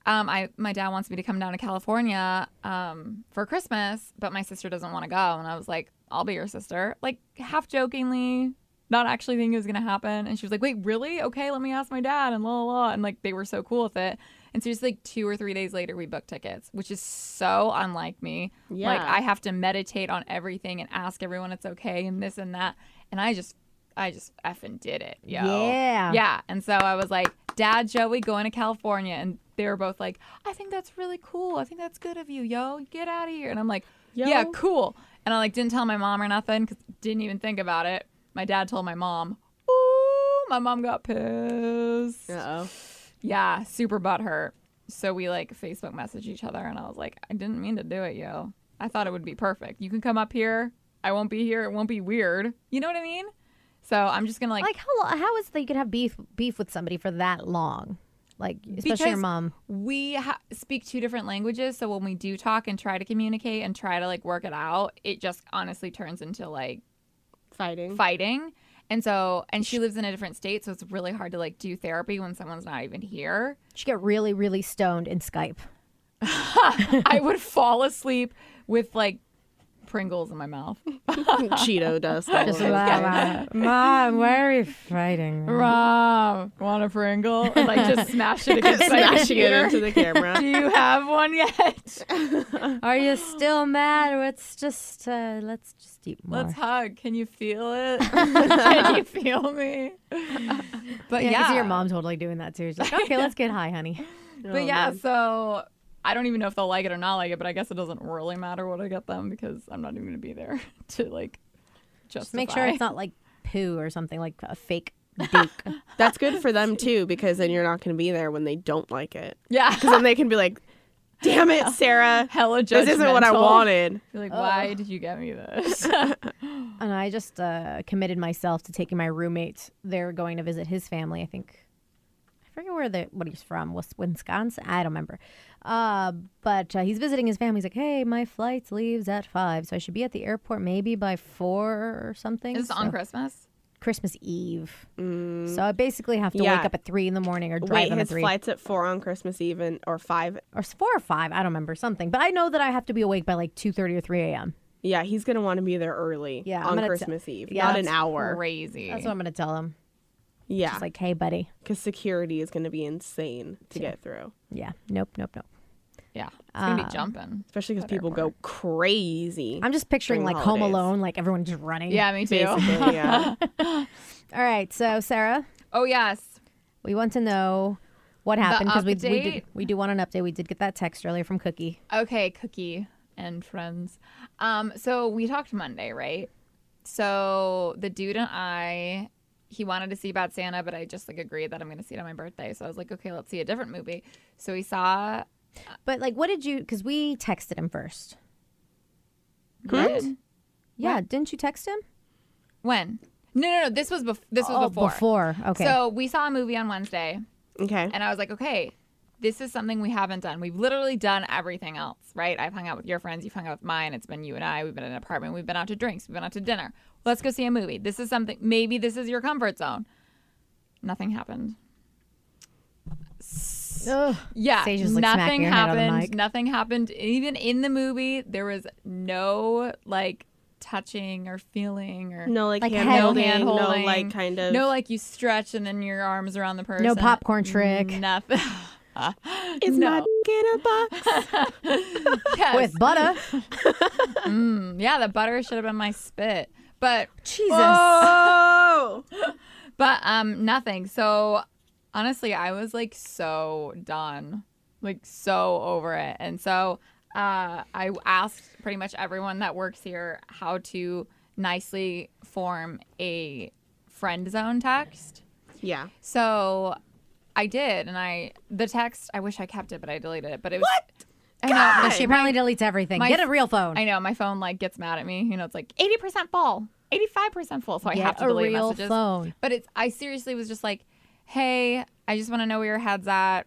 C: um, I my dad wants me to come down to California um, for Christmas, but my sister doesn't want to go. And I was like, I'll be your sister. Like half jokingly, not actually thinking it was gonna happen. And she was like, Wait, really? Okay, let me ask my dad and la la la. And like they were so cool with it. And so just like two or three days later we booked tickets, which is so unlike me. Like
D: Yeah.
C: I have to meditate on everything and ask everyone it's okay and this and that. And I just I just effing did it. Yo.
B: Yeah.
C: Yeah. And so I was like, Dad, Joey, going to California. And they were both like, I think that's really cool. I think that's good of you. Yo, get out of here. And I'm like, yeah,
D: Yo.
C: cool. And I like didn't tell my mom or nothing because didn't even think about it. My dad told my mom. Ooh, my mom got pissed. Yeah,
D: Uh oh.
C: super butthurt. So we like Facebook message each other. And I was like, I didn't mean to do it, yo. I thought it would be perfect. You can come up here. I won't be here. It won't be weird. You know what I mean? So I'm just going to like
B: Like how lo- how is it that you can have beef beef with somebody for that long? Like especially your
C: Because-
B: mom.
C: we ha- speak two different languages so when we do talk and try to communicate and try to like work it out it just honestly turns into like
D: Fighting.
C: fighting and so and she lives in a different state so it's really hard to like do therapy when someone's not even here
B: She get really really stoned in Skype.
C: i would fall asleep with like pringles in my mouth
D: Cheeto dust. all
B: Just
D: over the place.
B: mom, why are we fighting?
C: rob want a pringle and like just smash it against my
D: Smashing it
C: computer.
D: into the
C: do
D: camera.
C: you have one yet
B: Are you still mad? Let's just uh, let's just eat more.
C: let's hug can you feel it can you feel me but
B: yeah,
C: yeah,
B: I can see your mom totally doing that too. She's like, okay, let's get high, honey.
D: Oh,
C: But yeah, so I don't even know if they'll like it or not like it, but I guess it doesn't really matter what I get them because I'm not even gonna be there to like justify.
B: Just make sure it's not like poo or something like a fake duke.
D: That's good for them too, because then you're not going to be there when they don't like it.
C: Yeah,
D: Because then they can be like, damn it, Sarah.
C: hella judgmental.
D: This isn't what I wanted.
C: You're like, why did you get me this?
B: And I just uh, committed myself to taking my roommate. They're going to visit his family. I think I forget where they what he's from. Was Wisconsin? I don't remember. Uh, but uh, he's visiting his family. He's like, "Hey, my flight leaves at five, so I should be at the airport maybe by four or something."
C: Is this on
B: So-
C: Christmas?
B: Christmas Eve. So I basically have to
D: Mm. Yeah.
B: wake up at three in the morning or drive
D: Wait,
B: on at
D: his
B: three
D: flight's at four on Christmas Eve and, or five.
B: or s- four or five. I don't remember something, but I know that I have to be awake by like two thirty or three a.m.
D: Yeah, he's going to want to be there early
B: Yeah, I'm
D: on
B: gonna t-
D: Christmas Eve,
B: yeah,
D: not an
B: that's
D: hour.
C: Crazy.
B: That's what I'm gonna tell him.
D: Yeah,
B: It's like, hey, buddy.
D: because security is going to be insane to get through,
B: Yeah. Nope. Nope. Nope.
C: yeah, it's gonna
B: Uh,
C: be jumping.
D: especially because people go crazy.
B: I'm just picturing
D: During
B: like
D: the
B: Home
D: holidays.
B: Alone, like everyone just running.
C: Yeah, me too.
D: basically, yeah.
B: All right. So Sarah,
C: Oh yes.
B: we want to know what happened because we we did
C: update?
B: we do want an update. We did get that text earlier from Cookie.
C: Okay, Cookie and friends. Um, so we talked Monday, right? So the dude and I, he wanted to see Bad Santa, but I just like agreed that I'm gonna see it on my birthday. So I was like, okay, let's see a different movie. So we saw.
B: But like, what did you? Because we texted him first.
C: When?
B: Yeah. Didn't you text him?
C: When? No, no, no. This was bef- this was
B: Oh,
C: before.
B: before. Okay.
C: So we saw a movie on Wednesday,
D: Okay.
C: and I was like, okay, this is something we haven't done. We've literally done everything else, right? I've hung out with your friends, you've hung out with mine. It's been you and I. We've been in an apartment. We've been out to drinks. We've been out to dinner. Let's go see a movie. This is something. Maybe this is your comfort zone. Nothing happened.
B: Ugh.
C: Yeah,
B: Sage was, like, smacking
C: nothing
B: her head on the mic.
C: happened. Nothing happened. Even in the movie, there was no like touching or feeling or
D: No, like,
B: Like
D: hand
B: hand-
C: no
D: holding,
C: hand
D: no
C: holding,
D: like kind of.
C: no like you stretch and then your arms around the person.
B: No popcorn trick.
C: Nothing.
D: it's not in a box.
C: Yes.
B: With butter.
C: yeah, the butter should have been my spit, but
B: Jesus.
D: oh,
C: but um nothing. So honestly, I was like so done, like so over it, and so uh, I asked pretty much everyone that works here how to nicely form a friend zone text.
D: yeah.
C: So I did, and I the text. I wish I kept it, but I deleted it. But it was what? I know.
B: She apparently deletes everything.
C: my-
B: Get a real phone.
C: I know my phone like gets mad at me. You know, it's like eighty percent full, eighty five percent full. So I
B: Get
C: have to
B: a
C: delete
B: real
C: messages.
B: phone.
C: But it's I seriously was just like, hey, I just want to know where your head's at.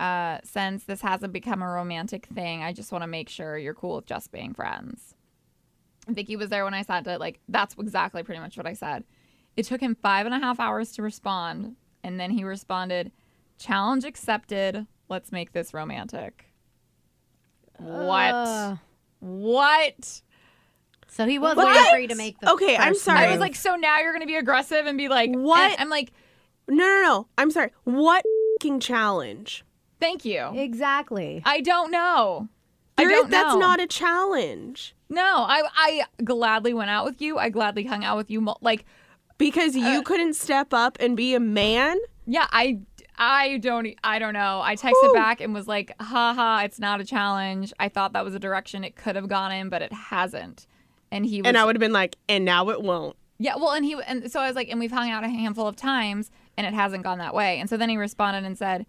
C: Uh, since this hasn't become a romantic thing, I just want to make sure you're cool with just being friends. Vicky was there when I said it. Like that's exactly pretty much what I said. It took him five and a half hours to respond, and then he responded, "Challenge accepted. Let's make this romantic." What?
B: Uh.
C: What?
B: So he was
D: What?
B: waiting for you to make the.
D: Okay, I'm
B: first
D: sorry.
C: I was
B: move.
C: like, so now you're gonna be aggressive and be like,
D: What?
C: and I'm like,
D: No, no, no. I'm sorry. What fing challenge?
C: thank you.
B: exactly.
C: I don't know.
D: There
C: I
D: is-
C: don't
D: that's
C: know.
D: not a challenge
C: No, I I gladly went out with you. I gladly hung out with you. mul- Like,
D: because you
B: Uh,
D: couldn't step up and be a man.
C: yeah, I I don't e- I don't know. I texted back and was like, haha, it's not a challenge. I thought that was a direction it could have gone in, but it hasn't. And he was
D: And I would have been like, and now it won't.
C: Yeah, well, and he and so I was like, and we've hung out a handful of times, and it hasn't gone that way. And so then he responded and said,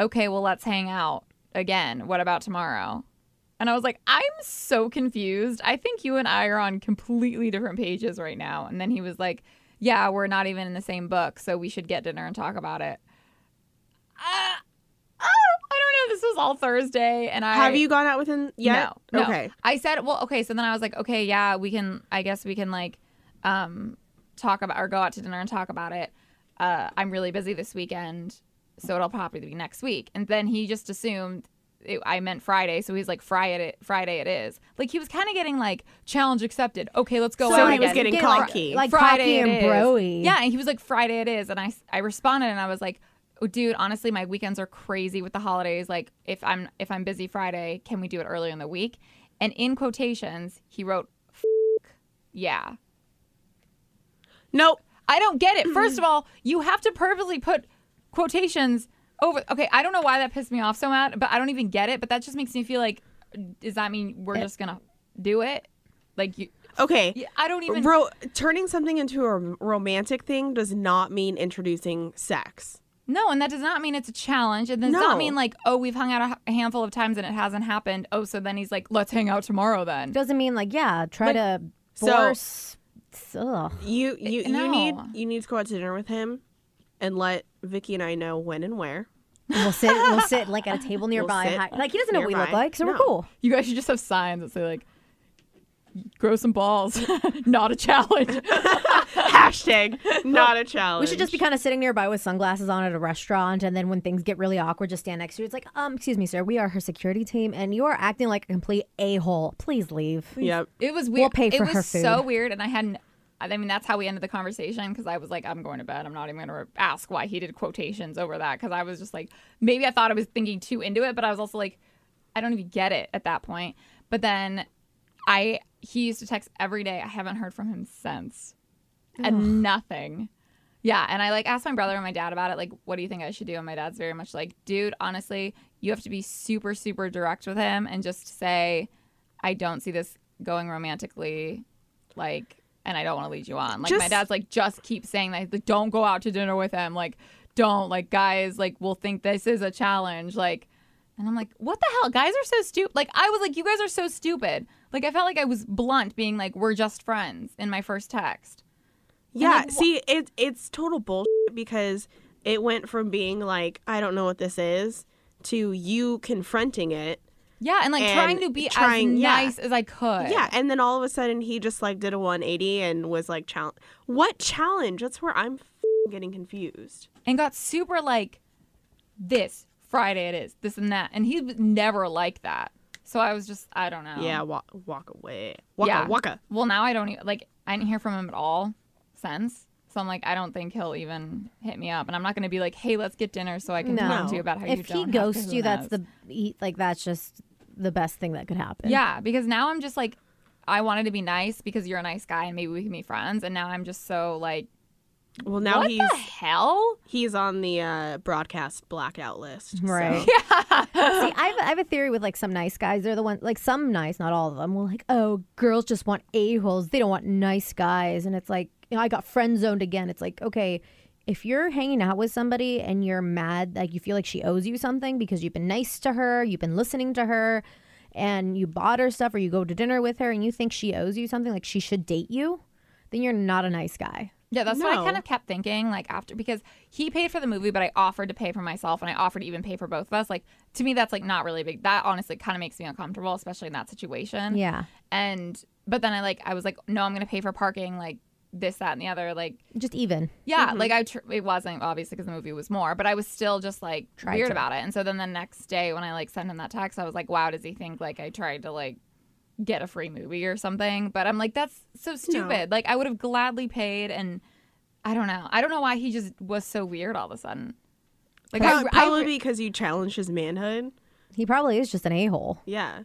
C: "Okay, well, let's hang out again. What about tomorrow?" And I was like, "I'm so confused. I think you and I are on completely different pages right now." And then he was like, "Yeah, we're not even in the same book, so we should get dinner and talk about it." Uh, oh, I don't know. This was all Thursday, and I
D: Have you gone out with him yet?
C: no, no.
D: Okay.
C: I said, well, okay. So then I was like, okay, yeah, we can. I guess we can like um, talk about or go out to dinner and talk about it. Uh, I'm really busy this weekend, so it'll probably be next week. And then he just assumed it, I meant Friday, so he's like, Friday, it, Friday it is. Like he was kind of getting like challenge accepted. Okay, let's go.
D: So
C: out
D: he was
C: again.
D: getting
B: Get,
D: cocky.
B: like, like cocky
C: Friday it
B: and
C: is.
B: broy.
C: Yeah, and he was like, Friday it is. And I, s- I responded and I was like, "Oh, dude, honestly, my weekends are crazy with the holidays. Like, if I'm if I'm busy Friday, can we do it earlier in the week? And in quotations, he wrote, F- yeah.
D: Nope.
C: I don't get it. First of all, you have to purposely put quotations over. Okay, I don't know why that pissed me off so much, but I don't even get it. But that just makes me feel like, does that mean we're just gonna do it? Like you,
D: Okay.
C: yeah, I don't even.
D: Ro- turning something into a rom- romantic thing does not mean introducing sex.
C: No, and that does not mean it's a challenge. It does
D: No.
C: not mean like, oh, we've hung out a h- a handful of times and it hasn't happened. Oh, so then he's like, let's hang out tomorrow then.
B: Doesn't mean like yeah. Try to
D: so-
B: force. Ugh.
D: You you you
C: no.
D: need you need to go out to dinner with him, and let Vicky and I know when and where.
B: We'll sit. We'll sit like at a table nearby.
D: sit
B: hi- like he doesn't know what we look
D: nearby.
B: like, so we're
D: No.
B: cool.
C: You guys should just have signs that say like, grow some balls, not a challenge.
D: Hashtag not a challenge.
B: We should just be kind of sitting nearby with sunglasses on at a restaurant, and then when things get really awkward, just stand next to you. It's like, um, excuse me, sir, we are her security team, and you are acting like a complete a hole. Please leave.
D: Yep.
C: It was weird.
B: We'll pay for
C: it was
B: her
C: so
B: food.
C: weird, and I hadn't. I mean, that's how we ended the conversation because I was like, I'm going to bed. I'm not even going to re- ask why he did quotations over that because I was just like, maybe I thought I was thinking too into it, but I was also like, I don't even get it at that point. But then I he used to text every day. I haven't heard from him since, and nothing. Yeah, and I like asked my brother and my dad about it. Like, what do you think I should do? And my dad's very much like, dude, honestly, you have to be super, super direct with him and just say, I don't see this going romantically, like, and I don't want to lead you on. Like, my
D: Just-
C: dad's like, just keep saying that. Like, don't go out to dinner with him. Like, don't like guys like will think this is a challenge. Like, and I'm like, what the hell? Guys are so stupid. Like, I was like, you guys are so stupid. Like, I felt like I was blunt, being like, we're just friends in my first text.
D: Yeah, see, it it's total bullshit because it went from being like I don't know what this is to you confronting it.
C: Yeah, and like
D: And
C: trying to be
D: trying-
C: as
D: yeah.
C: nice as I could.
D: Yeah, and then all of a sudden he just like did a 180 and was like challenge. What challenge? That's where I'm f***ing getting confused.
C: and got super like this Friday it is this and that, and he was never like that. So I was just I don't know.
D: Yeah, walk walk away. Waka
C: yeah.
D: waka.
C: Well, now I don't even like I didn't hear from him at all since. So I'm like I don't think he'll even hit me up, and I'm not gonna be like, hey, let's get dinner so I can
B: No.
C: talk to you about how you
B: if
C: don't
B: he
C: have to,
B: ghosts
C: who
B: you, that's
C: knows?"
B: the he, like that's just the best thing that could happen.
C: yeah because now I'm just like I wanted to be nice because you're a nice guy and maybe we can be friends, and now I'm just so like
D: Well, now
C: what
D: he's
C: the hell?
D: he's on the uh, broadcast blackout list. so-
B: Right. See, I have, I have a theory with like some nice guys. They're the ones, like some nice, not all of them, will like, oh, girls just want a-holes. They don't want nice guys. And it's like, you know, I got friend zoned again. It's like, okay, if you're hanging out with somebody and you're mad, like you feel like she owes you something because you've been nice to her, you've been listening to her, and you bought her stuff or you go to dinner with her and you think she owes you something, like she should date you, then you're not a nice guy.
C: Yeah, that's what I kind
D: No.
C: of kept thinking. Like after, because he paid for the movie, but I offered to pay for myself, and I offered to even pay for both of us. Like to me, that's like not really big. That honestly kind of makes me uncomfortable, especially in that situation.
B: Yeah.
C: And but then I like I was like, no, I'm gonna pay for parking. Like this, that, and the other. Like
B: Just even.
C: yeah, like I tr- it wasn't obviously because the movie was more, but I was still just like weird
B: to.
C: about it. And so then the next day when I like sent him that text, I was like, wow, does he think like I tried to like get a free movie or something? But I'm like, that's so stupid. Like I would have gladly paid, and I don't know, I don't know why he just was so weird all of a sudden. Like I,
D: Pro-
C: I-
D: probably because you challenged his manhood.
B: He probably is just an a-hole.
D: Yeah.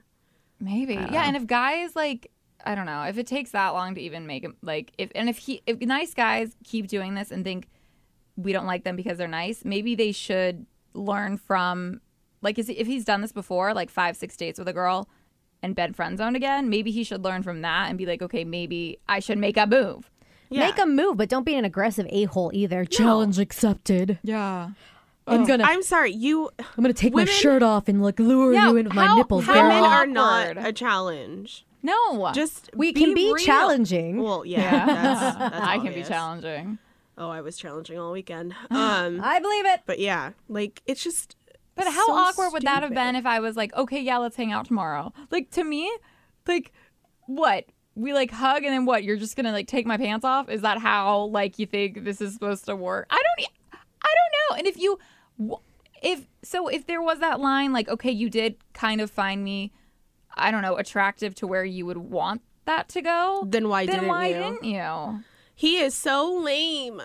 C: Maybe. Yeah, and if guys like I don't know, if it takes that long to even make him like if and if he if nice guys keep doing this and think we don't like them because they're nice, maybe they should learn from like is if he's done this before, like 5 6 dates with a girl and been friend zoned again, maybe he should learn from that and be like, "Okay, maybe I should make a move."
D: Yeah.
B: Make a move, but don't be an aggressive a-hole either. Challenge accepted.
C: Yeah.
B: I'm gonna
D: I'm sorry. You
B: I'm gonna take my
D: Women-
B: shirt off and like lure
C: Yeah,
B: you in with my
C: how-
B: nipples.
C: how-
B: girl.
D: women are not
C: awkward.
D: a challenge.
C: No.
D: Just
B: we can be
D: real.
B: challenging.
D: Well, yeah.
C: Yeah.
D: That's, that's
C: I can be
D: obvious.
C: challenging.
D: Oh, I was challenging all weekend. Um,
B: I believe it.
D: but yeah, like it's just.
C: But how
D: so
C: awkward would that have
D: stupid.
C: been if I was like, okay, yeah, let's hang out tomorrow? Like to me, like what? We like hug and then what? You're just gonna like take my pants off? Is that how like you think this is supposed to work? I don't, e- I don't know. And if you, w- if so, if there was that line like, okay, you did kind of find me, I don't know, attractive to where you would want that to go.
D: Then why
C: Then
D: didn't
C: why
D: you?
C: didn't you?
D: He is so lame.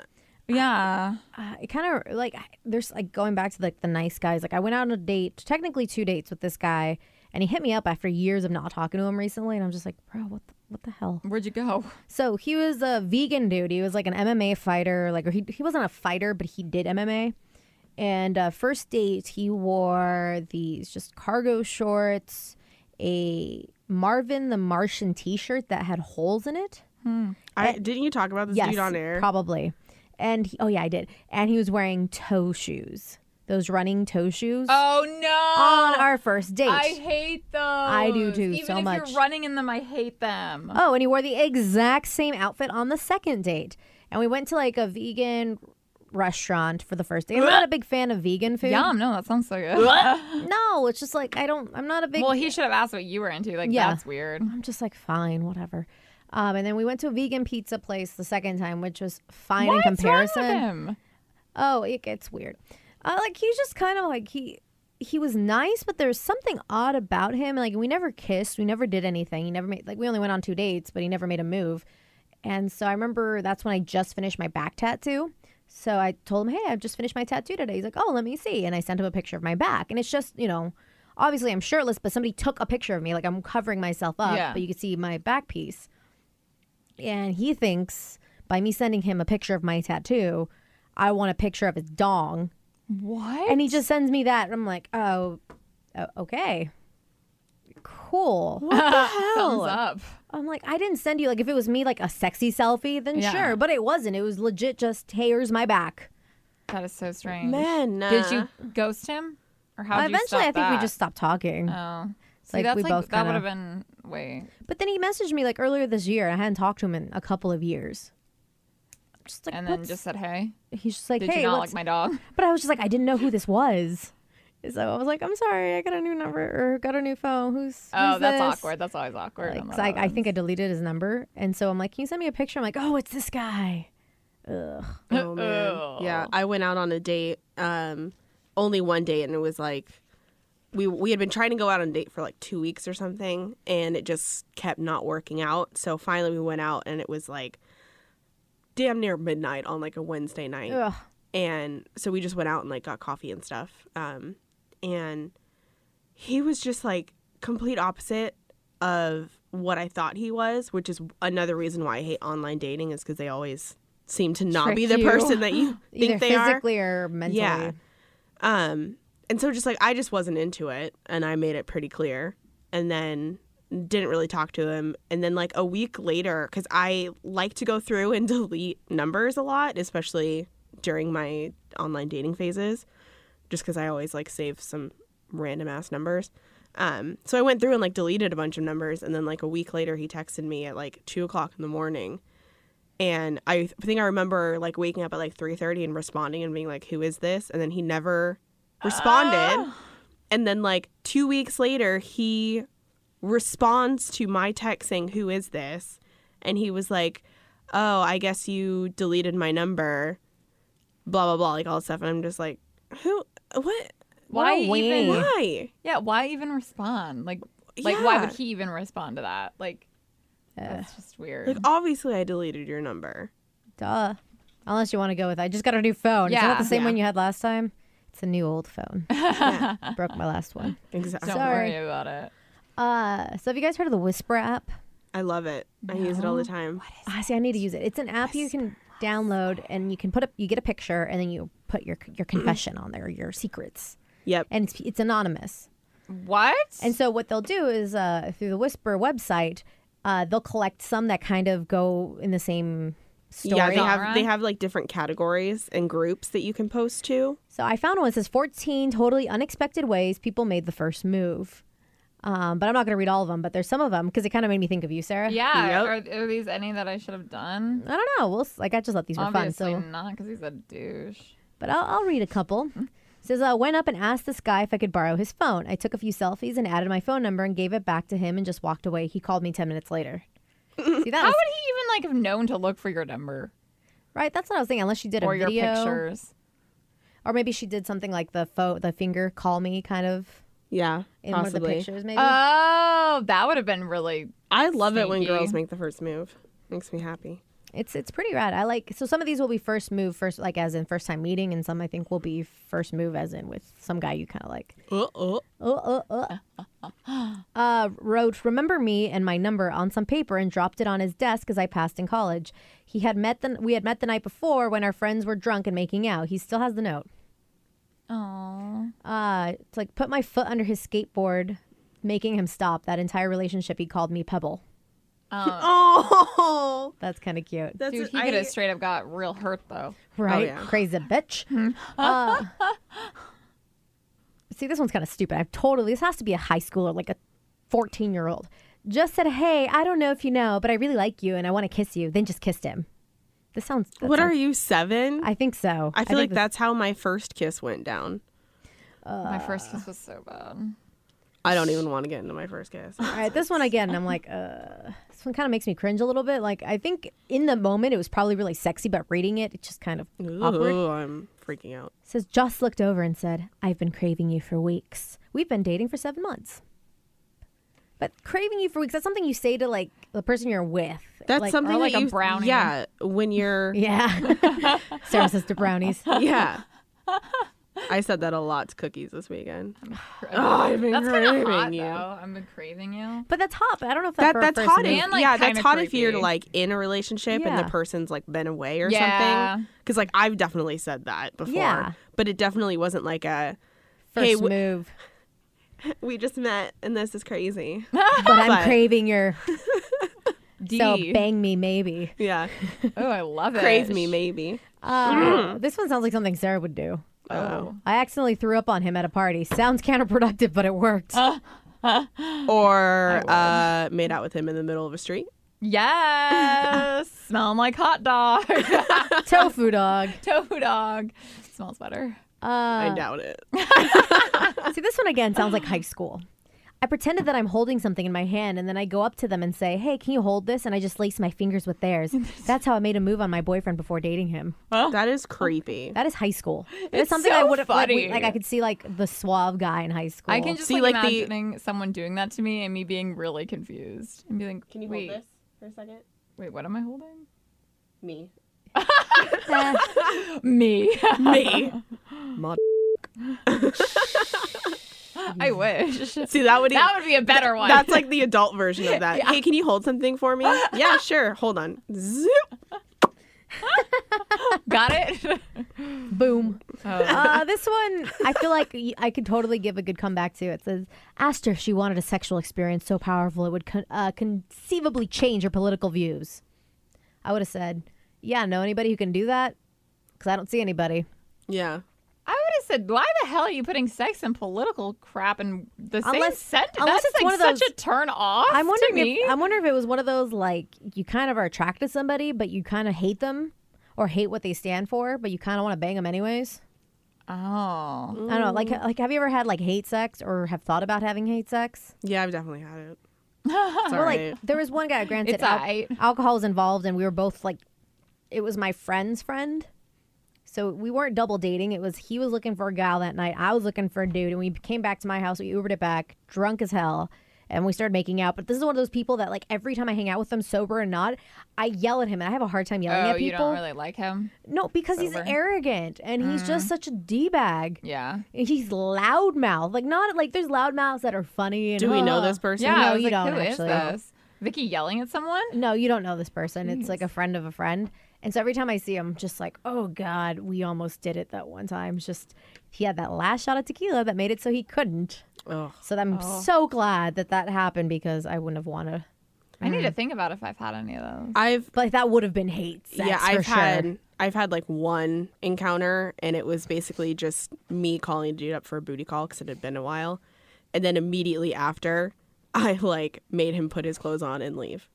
C: Yeah.
B: Uh, it kind of like I- there's like going back to like the nice guys. Like I went out on a date, technically two dates with this guy, and he hit me up after years of not talking to him recently, and I'm just like, bro, what the, what the hell?
C: Where'd you go?
B: So he was a vegan dude. He was like an MMA fighter. Like or he he wasn't a fighter, but he did MMA. And uh, first date, he wore these just cargo shorts, a Marvin the Martian T-shirt that had holes in it.
D: I didn't you talk about this
B: Yes,
D: dude on air?
B: probably. And he, oh yeah, I did. And he was wearing toe shoes, those running toe shoes,
C: Oh no.
B: on our first date.
C: I hate those. I
B: do too,
C: Even
B: so
C: if
B: much.
C: you're running in them, I hate them.
B: Oh, and he wore the exact same outfit on the second date. And we went to like a vegan restaurant for the first date. I'm not a big fan of vegan food.
C: Yum! No, that sounds so good.
B: No, it's just like I don't I'm not a big
C: well, he should have asked what you were into. Like,
B: Yeah.
C: that's weird.
B: I'm just like fine, whatever. Um, and then we went to a vegan pizza place the second time, which was fine in
C: What's wrong with
B: comparison.
C: him?
B: Oh, it gets weird. Uh, like he's just kind of like he he was nice, but there's something odd about him. Like we never kissed, we never did anything. He never made like we only went on two dates, but he never made a move. And so I remember that's when I just finished my back tattoo. So I told him, "Hey, I've just finished my tattoo today." He's like, "Oh, let me see." And I sent him a picture of my back, and it's just you know, obviously I'm shirtless, but somebody took a picture of me, like I'm covering myself up,
C: Yeah.
B: but you can see my back piece and he thinks by me sending him a picture of my tattoo, I want a picture of his dong,
C: What?
B: and he just sends me that. And I'm like, oh, o- okay, cool.
C: Thumbs up.
B: I'm like, I didn't send you like if it was me like a sexy selfie, then
C: Yeah.
B: sure, but it wasn't. It was legit just hey, here's my back.
C: That is so strange.
D: Men.
C: Did
D: uh,
C: you ghost him, or how? did you
B: Eventually,
C: stop
B: I think
C: that?
B: we just stopped talking.
C: Oh, see,
B: like,
C: that's
B: we
C: like
B: both
C: that
B: kinda-
C: would have been wait.
B: but then he messaged me like earlier this year, and I hadn't talked to him in a couple of years. just like,
C: and
B: "What's-"
C: then just said, "Hey,
B: he's just like,
C: did
B: hey,
C: you not
B: what's-"
C: like my dog?"
B: but I was just like, I didn't know who this was. So I was like, I'm sorry, I got a new number or got a new phone. Who's,
C: Oh,
B: who's
C: that's
B: this?"
C: awkward. That's always awkward.
B: Like,
C: when
B: 'cause I,
C: that
B: I
C: happens.
B: think I deleted his number, and so I'm like, can you send me a picture? I'm like, oh, it's this guy.
D: Oh man. Yeah, I went out on a date, um, only one date, and it was like we we had been trying to go out on a date for like two weeks or something, and it just kept not working out. So finally, we went out, and it was like damn near midnight on like a Wednesday night,
B: Ugh.
D: and so we just went out and like got coffee and stuff. Um, and he was just like complete opposite of what I thought he was, which is another reason why I hate online dating is because they always seem to not be
B: Trick
D: the
B: you.
D: person that you think
B: Either
D: they are.
B: physically or mentally.
D: Yeah. Um, and so just like I just wasn't into it, and I made it pretty clear, and then didn't really talk to him. And then like a week later, because I like to go through and delete numbers a lot, especially during my online dating phases, just because I always like save some random ass numbers. Um, so I went through and like deleted a bunch of numbers, and then like a week later, he texted me at like two o'clock in the morning, and I th- think I remember like waking up at like three thirty and responding and being like, "Who is this?" And then he never responded. And then like two weeks later, he responds to my text saying, "Who is this?" And he was like, "Oh, I guess you deleted my number." Blah blah blah, like all this stuff. And I'm just like, "Who? What?
C: Why
B: What a
C: even?
B: wing.
D: Why?"
C: Yeah, why even respond? Like, like why would
D: Yeah.
C: he even respond to that? Like, that's just weird.
D: Like obviously, I deleted your number.
B: Duh. Unless you want to go with, I just got a new phone. It's not
C: Yeah.
B: the same
D: Yeah.
B: one you had last time. It's a new old phone. Broke my last one.
D: Exactly.
C: Don't
B: sorry.
C: worry about it.
B: Uh, so have you guys heard of the Whisper app?
D: I love it. I use it all the time.
B: Ah, see, I need to use it. It's an app you can download, and you can put up, you get a picture, and then you put your your confession on there, your secrets,
D: Yep.
B: and it's it's anonymous.
C: What?
B: And so what they'll do is uh, through the Whisper website, uh, they'll collect some that kind of go in the same story.
D: Yeah, they have
C: Genre?
D: they have like different categories and groups that you can post to.
B: So I found one that says 14 totally unexpected ways people made the first move. Um, but I'm not going to read all of them, but there's some of them because it kind of made me think of you, Sarah.
C: yeah,
D: Yep.
C: are, are these any that I should have done?
B: I don't know. We'll s- like I just thought these were fun.
C: Obviously
B: So,
C: not, because he's a douche.
B: but I'll, I'll read a couple.
C: Mm-hmm.
B: It says I went up and asked this guy if I could borrow his phone. I took a few selfies and added my phone number and gave it back to him and just walked away. He called me ten minutes later. See that?
C: How
B: was-
C: would he even like have known to look for your number
B: right? That's what I was thinking. Unless she did
C: or
B: a
C: your
B: video.
C: pictures?
B: Or maybe she did something like the fo- the finger call me kind of
D: Yeah,
B: in
D: possibly.
B: one of the pictures, maybe.
C: Oh, that would have been really.
D: I love it when
C: Sneaky.
D: girls make the first move. Makes me happy.
B: it's it's pretty rad. I like so some of these will be first move first like as in first time meeting, and some I think will be first move as in with some guy you kind of like.
D: Uh-oh.
B: Oh oh oh. Uh, wrote remember me and my number on some paper and dropped it on his desk as I passed in college. He had met the we had met the night before when our friends were drunk and making out. He still has the note.
C: Oh,
B: uh to like put my foot under his skateboard making him stop that entire relationship he called me pebble
D: Oh,
B: that's kind of cute
D: that's
C: dude, he
D: I-
C: could have straight up got real hurt though.
B: right
D: Oh, yeah. Hmm.
B: crazy bitch Uh, see this one's kind of stupid i've totally this has to be a high schooler like a 14 year old just said hey i don't know if you know but i really like you and i want to kiss you then just kissed him this sounds that
D: What
B: sounds-
D: are you seven? I,
B: i think so
D: feel
B: think
D: like
B: this-
D: that's how my first kiss went down.
C: My first kiss was so bad.
D: I don't even want to get into my first kiss.
B: All right, this one again, I'm like, uh, this one kind of makes me cringe a little bit. Like, I think in the moment it was probably really sexy, but reading it, it's just kind of awkward. It
D: Ooh, I'm freaking out.
B: says, Joss looked over and said, I've been craving you for weeks. We've been dating for seven months. But craving you for weeks, that's something you say to like the person you're with.
D: That's
B: Like,
D: something
C: or like
D: that
C: a
D: you,
C: brownie.
D: Yeah, when you're
B: Yeah. Sarah says to brownies.
D: yeah. I said that a lot to cookies this weekend. Oh, I've been
C: That's kind
D: craving
C: of hot
D: you.
C: though. I've been craving you.
B: But that's hot, but I don't know if that's for
D: that
B: a
D: that's
B: first
D: hot.
B: date.
D: If,
C: And, like,
D: yeah, that's
C: kinda
D: hot if you're
C: creepy.
D: like in a relationship and
B: Yeah.
D: the person's like been away or
C: Yeah.
D: something. Because like I've definitely said that before,
B: Yeah.
D: but it definitely wasn't like a
B: First
D: Hey, w-
B: move.
D: we just met and this is crazy.
B: But I'm
D: But-
B: craving your
C: D.
B: so bang me maybe.
D: yeah,
C: oh, I love it.
D: crave me maybe.
B: Uh,
D: Mm.
B: this one sounds like something Sarah would do.
C: Oh.
B: I accidentally threw up on him at a party. Sounds counterproductive, but it worked.
D: Or uh, made out with him in the middle of a street.
C: Yes. Smell 'em like hot dog.
B: Tofu dog. Um,
C: Tofu dog. Smells better. Uh.
D: I doubt it.
B: See, this one again sounds like high school. I pretended that I'm holding something in my hand, and then I go up to them and say, Hey, can you hold this? And I just lace my fingers with theirs. That's how I made a move on my boyfriend before dating him.
D: That is creepy.
B: That is high school.
C: It's
B: something
C: so
B: I would have like, we-
C: funny.
B: like, I could see like the suave guy in high school.
C: I can just
D: See,
C: like,
D: like, the-
C: imagining someone doing that to me and me being really confused and being like, wait,
D: for a second?
C: Wait, what am I holding?
D: Me.
B: Eh,
C: Me.
D: Me.
C: I wish.
D: See, that would e-
C: That would be a better one.
D: That's like the adult version of that. Hey, can you hold something for me? yeah, sure. Hold on. Zoop.
C: Got it?
B: boom.
C: Oh.
B: Uh, this one, I feel like y- I could totally give a good comeback to. It says, Asked her if she wanted a sexual experience so powerful it would con- uh, conceivably change her political views. I would have said, Yeah, know anybody who can do that? Because I don't see anybody.
D: Yeah.
C: I would have said, why the hell are you putting sex and political crap in the same
B: Unless-
C: sentence?
B: unless
C: That's
B: it's
C: like
B: one of
C: such
B: those-
C: a turn off
B: I'm wondering.
C: to me.
B: If, I'm wondering if it was one of those like you kind of are attracted to somebody, but you kind of hate them or hate what they stand for, but you kind of want to bang them anyways. I
C: oh.
B: don't know. Like, like have you ever had like hate sex or have thought about having hate sex?
D: Yeah, I've definitely had it. It's all
B: Well,
D: right.
B: like there was one guy. Granted,
C: It's
B: al-
C: aight.
B: alcohol was involved, and we were both like, it was my friend's friend. So we weren't double dating. It was he was looking for a gal that night. I was looking for a dude, and we came back to my house. We Ubered it back, drunk as hell, and we started making out. But this is one of those people that like every time I hang out with them, sober or not, I yell at him, and I have a hard time yelling
C: Oh,
B: at people.
C: you don't really like him?
B: no, because
C: Sober. Mm-hmm.
B: he's arrogant and he's just such a d bag.
C: Yeah.
B: He's loudmouth, like not like there's loudmouths that are funny. And
D: Do we know this person?
C: Yeah. I
B: no,
C: was
B: you
C: like,
B: don't,
C: who is
B: actually.
C: this? Vicky yelling at someone?
B: No, you don't know this person. It's like a friend of a friend. And so every time I see him, just like, oh God, we almost did it that one time. It's Just he had that last shot of tequila that made it so he couldn't.
D: Ugh.
B: So I'm
C: Oh.
B: so glad that that happened because I wouldn't have wanted.
C: I
D: Mm.
C: need to think about if I've had any of those.
D: I've
B: But that would have been hate. Sex
D: yeah,
B: for
D: I've
B: sure.
D: had I've had like one encounter, and it was basically just me calling a dude up for a booty call because it had been a while, and then immediately after, I like made him put his clothes on and leave.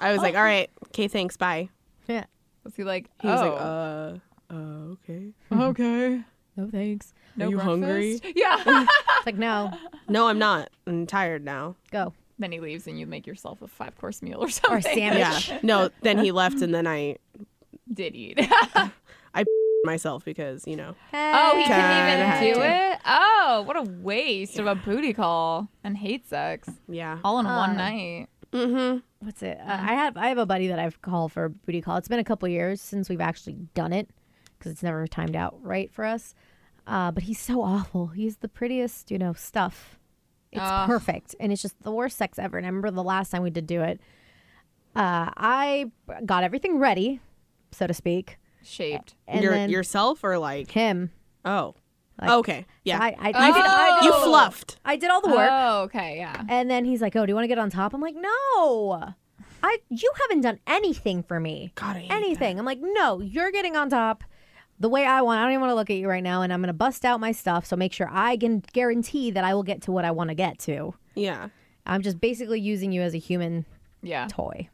D: I was like, all right, okay, thanks, bye.
B: Yeah.
C: Was he like,
D: He
C: oh,
D: was like, uh, uh, okay.
C: okay.
B: No thanks.
C: No
D: Are you hungry?
C: breakfast? Yeah.
B: It's like no,
D: No, I'm not. I'm tired now.
B: go
C: then he leaves and you make yourself a five course meal or
B: or
C: something.
B: sandwich.
D: Yeah. No, then he left, and then I
C: Did eat.
D: myself because you know.
C: oh, he
D: Kinda
C: couldn't even do
D: had
C: it? Oh, what a waste of a booty call and hate sex.
D: Yeah.
C: All in one night.
B: What's it? Uh,
C: Uh-huh.
B: I have I have a buddy that I've called for a booty call. It's been a couple years since we've actually done it because it's never timed out right for us. Uh, but he's so awful. He's the prettiest, you know, stuff. It's perfect, and it's just the worst sex ever. And I remember the last time we did do it, uh, I got everything ready, so to speak,
C: Shaped.
B: and
D: Your,
B: then
D: yourself or like
B: him.
D: oh
B: Like,
D: okay yeah
B: I I,
C: Oh!
B: I, did, I, did-
D: you fluffed
B: I did all the work.
C: Oh, okay, yeah.
B: And then he's like, "Oh, do you want to get on top?" I'm like, "No, I you haven't done anything for me.
D: God, I hate
B: anything." I'm like, "No, you're getting on top the way I want. I don't even want to look at you right now, and I'm gonna bust out my stuff. So make sure I can guarantee that I will get to what I want to get to.
D: yeah
B: I'm just basically using you as a human
C: Yeah.
B: toy."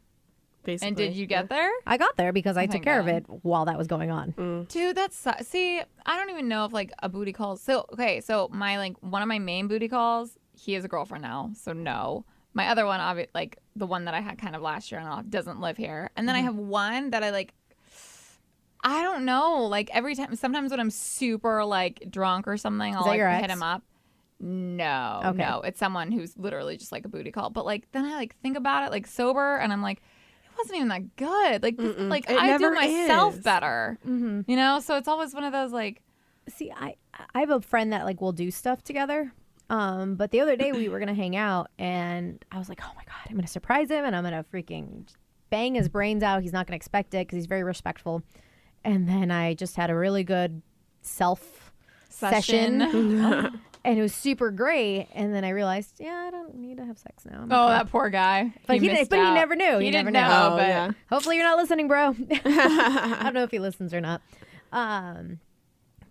D: basically
C: And did you get there?
B: I got there because I took
C: thank
B: care of
C: God.
B: it while that was going on.
C: Dude, that's su- see, I don't even know if like a booty call. So okay, so my like one of my main booty calls, he has a girlfriend now, so no. My other one, obvi- like the one that I had kind of last year and off, doesn't live here. And then I have one that I like. I don't know. Like every time, sometimes when I'm super like drunk or something, I'll
B: that
C: like,
B: your
C: hit
B: ex?
C: him up. No,
B: Okay.
C: no, it's someone who's literally just like a booty call. But like then I like think about it like sober, and I'm like, it wasn't even that good. Like this, like
D: It
C: I do
D: never
C: myself
D: is.
C: better. You know, so it's always one of those like,
B: See, I I have a friend that like will do stuff together. Um, but the other day we were gonna hang out, and I was like, oh my god, I'm gonna surprise him, and I'm gonna freaking bang his brains out. He's not gonna expect it because he's very respectful. And then I just had a really good self session,
C: Session.
B: and it was super great. And then I realized, yeah, I don't need to have sex now. I'm
C: oh,
B: okay.
C: that poor guy.
B: But he did-
C: missed
B: but he
C: out.
B: never knew.
C: He,
B: He never
C: didn't
B: knew.
C: know.
D: Oh,
C: but
D: yeah.
B: Hopefully you're not listening, bro. I don't know if he listens or not. Um,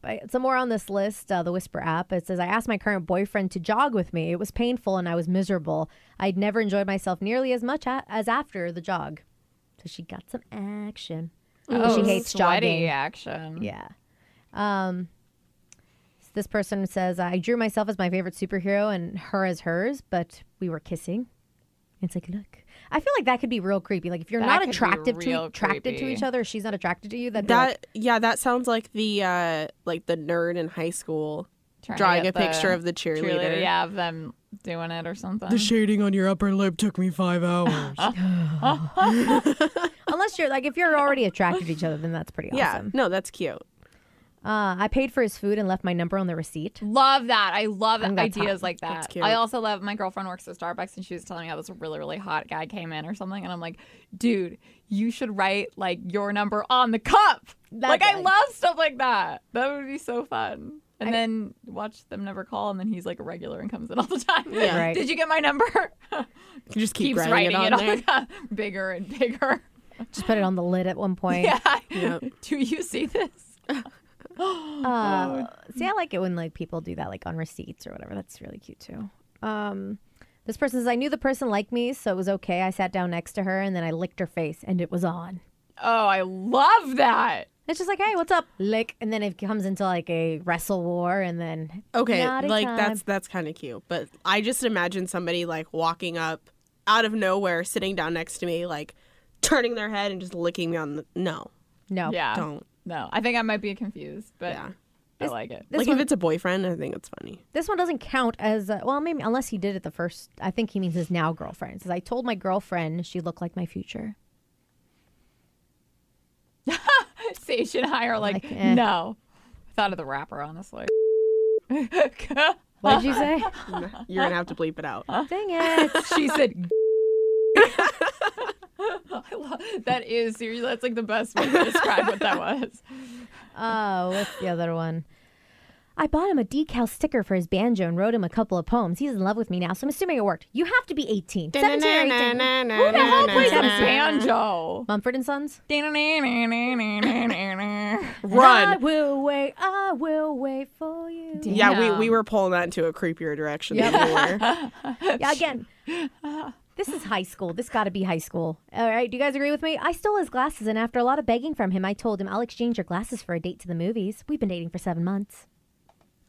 B: I, some more on this list, uh, the Whisper app. It says, I asked my current boyfriend to jog with me. It was painful and I was miserable. I'd never enjoyed myself nearly as much a- as after the jog. So she got some action. But she hates
C: oh, sweaty
B: jogging.
C: action.
B: Yeah. Um, so this person says, I drew myself as my favorite superhero and her as hers, but we were kissing. It's like, look. I feel like that could be real creepy. Like if you're
C: That could
B: not
C: be
B: attractive
C: real
B: to attracted to
C: creepy.
B: each other, she's not attracted to you. That'd be like-
D: That yeah, that sounds like the uh like the nerd in high school
C: Trying to
D: drawing a
C: get the
D: picture of the cheerleader.
C: Yeah, of them doing it or something.
E: The shading on your upper lip took me five hours.
B: unless you're like if you're already attracted to each other, then that's pretty
D: Yeah.
B: awesome.
D: No, that's cute.
B: Uh, I paid for his food and left my number on the receipt.
C: Love that. I love
B: think that's
C: ideas
B: hot.
C: like that.
D: That's cute.
C: I also love my girlfriend works at Starbucks and she was telling me how this really, really hot guy came in or something. And I'm like, dude, you should write like your number on the cup. like, I
B: good.
C: love stuff like that. That would be so fun. And then watch them never call. And then he's like a regular and comes in all the time.
D: Yeah.
B: Right.
C: Did you get my number?
D: You can just keep
C: Keeps
D: writing,
C: writing it
D: on
C: on, the cup. Bigger and bigger.
B: Just put it on the lid at one point.
C: Yeah.
D: Yep.
C: Do you see this?
D: Oh,
B: Uh, see, I like it when like people do that, like on receipts or whatever. That's really cute too. Um, this person says, "I knew the person liked me, so it was okay. I sat down next to her, and then I licked her face, and it was on."
C: Oh, I love that.
B: It's just like, "Hey, what's up?" Lick, and then it comes into like a wrestle war, and then
D: there. Okay,
B: naughty
D: like
B: time.
D: that's that's kind of cute. But I just imagine somebody like walking up out of nowhere, sitting down next to me, like turning their head and just licking me on the no.
B: no,
C: Yeah.
D: Don't.
C: No, I think I might be confused, but
D: Yeah.
C: I like it.
B: This
D: like
B: one-
D: if it's a boyfriend, I think it's funny.
B: This one doesn't count as uh, well, maybe unless he did it the first. I think he means his now girlfriend. It Says I told my girlfriend she looked like my future.
C: Station Higher, like,
B: Like, eh.
C: no. I thought of the rapper, honestly.
B: What did you say?
D: You're gonna have to bleep it out.
B: Dang it!
C: she said, I love, that is seriously, that's like the best way to describe what that was.
B: Oh, what's the other one? I bought him a decal sticker for his banjo and wrote him a couple of poems. He's in love with me now, so I'm assuming it worked. You have to be 18. 17 or 18.
C: Who the hell plays a
B: na, na.
C: banjo?
B: Mumford and Sons?
C: Oh
B: I
D: Run.
B: will wait, I will wait for you.
D: Yeah, we,
C: Damn.
D: we were pulling that into a creepier direction than we were.
B: Yeah, again. This is high school. This got to be high school. All right, do you guys agree with me? I stole his glasses, and after a lot of begging from him, I told him I'll exchange your glasses for a date to the movies. We've been dating for seven months.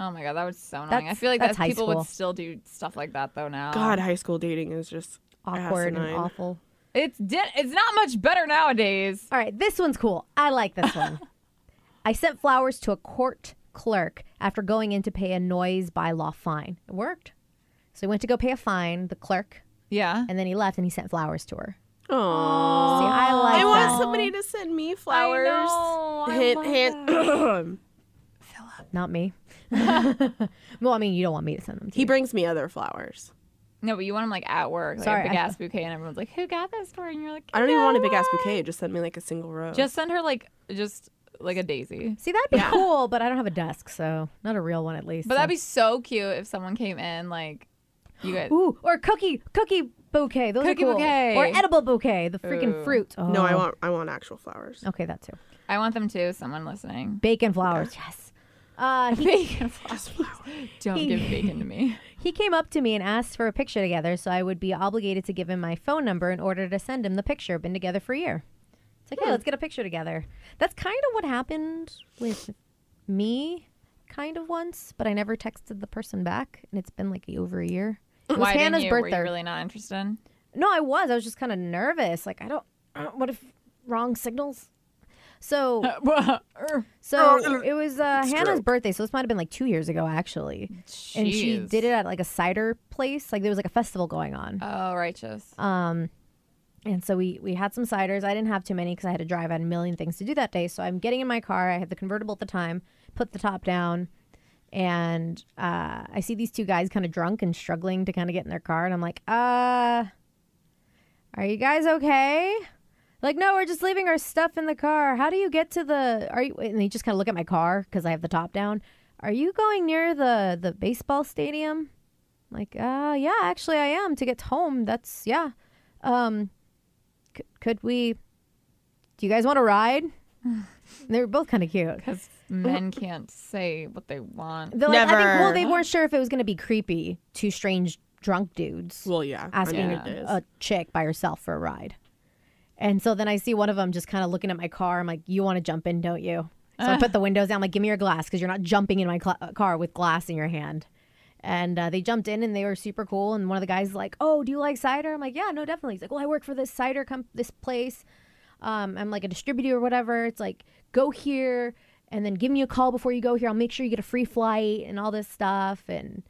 C: Oh my god, that was so annoying. I
B: That's-
C: feel like
B: that's
C: that
B: high
C: people
B: school.
C: would still do stuff like that though now.
D: God, high school dating is just
B: Awkward
D: asinine.
B: and awful.
C: it's di- it's not much better nowadays.
B: All right, this one's cool. I like this one. I sent flowers to a court clerk after going in to pay a noise bylaw fine. It worked. So he went to go pay a fine, the clerk,
C: Yeah.
B: and then he left and he sent flowers to her.
D: Aww.
B: See, I like
D: I
B: that.
D: want somebody to send me flowers.
C: know, I
D: hint,
C: love
D: hint.
B: Not me. well, I mean, you don't want me to send them. To
D: he
B: you.
D: brings me other flowers.
C: No, but you want them like at work, like
B: Sorry,
C: a big
B: I-
C: ass bouquet, and everyone's like, "Who got this for?" you?" And you're like,
D: I don't even want a
C: "No
D: big ass
C: one."
D: bouquet. Just send me like a single rose.
C: Just send her like just like a daisy.
B: See, that'd be cool, but I don't have a desk, so not a real one at least.
C: But that'd be so cute if someone came in like, you guys.
B: ooh, or cookie cookie bouquet. Those
C: Cookie
B: are cool.
C: bouquet.
B: Or edible bouquet, the freaking fruit. Oh.
D: no, I want I want actual flowers.
B: Okay, that too.
C: I want them too. Someone listening.
B: Bacon flowers. Yes. Uh, he
C: Bacon.
D: Just flowers.
C: Don't give bacon to me.
B: He came up to me and asked for a picture together, so I would be obligated to give him my phone number in order to send him the picture. Been together for a year. It's
C: Hmm.
B: like, hey, let's get a picture together. That's kind of what happened with me, kind of once, but I never texted the person back, and it's been like over a year. It was
C: Why didn't
B: Hannah's
C: you? Were
B: birthday.
C: you really not interested?
B: No, I was. I was just kind of nervous. Like, I don't. Uh, what if wrong signals? So,
C: oh,
B: so it was uh, Hannah's
D: stroke.
B: birthday. So this might have been like two years ago, actually and she
C: Jeez.
B: did it at like a cider place like there was like a festival going on
C: Oh, righteous.
B: Uh, and so we we had some ciders i didn't have too many because i had to drive i had a million things to do that day so i'm getting in my car i had the convertible at the time put the top down and uh, i see these two guys kind of drunk and struggling to kind of get in their car and i'm like uh are you guys okay like no we're just leaving our stuff in the car how do you get to the are you and they just kind of look at my car because i have the top down are you going near the the baseball stadium I'm like uh yeah actually i am to get home that's yeah um c- could we do you guys want to ride They were both kind of cute.
C: because men can't say what they want.
B: They're like, I think, well,
D: Never.
B: they weren't sure if it was going to be creepy. Two strange drunk dudes
D: Well, yeah. I
B: asking
D: mean,
C: Yeah.
D: it is.
B: a chick by herself for a ride. And so then I see one of them just kind of looking at my car. I'm like, you want to jump in, don't you? So
D: Ah.
B: I put the windows down. I'm like, give me your glass because you're not jumping in my cl- uh, car with glass in your hand. And uh, they jumped in and they were super cool. And one of the guys is like, oh, do you like cider? I'm like, yeah, no, definitely. He's like, well, I work for this cider comp- this place. Um, I'm like a distributor or whatever. It's like, go here and then give me a call before you go here. I'll make sure you get a free flight and all this stuff. And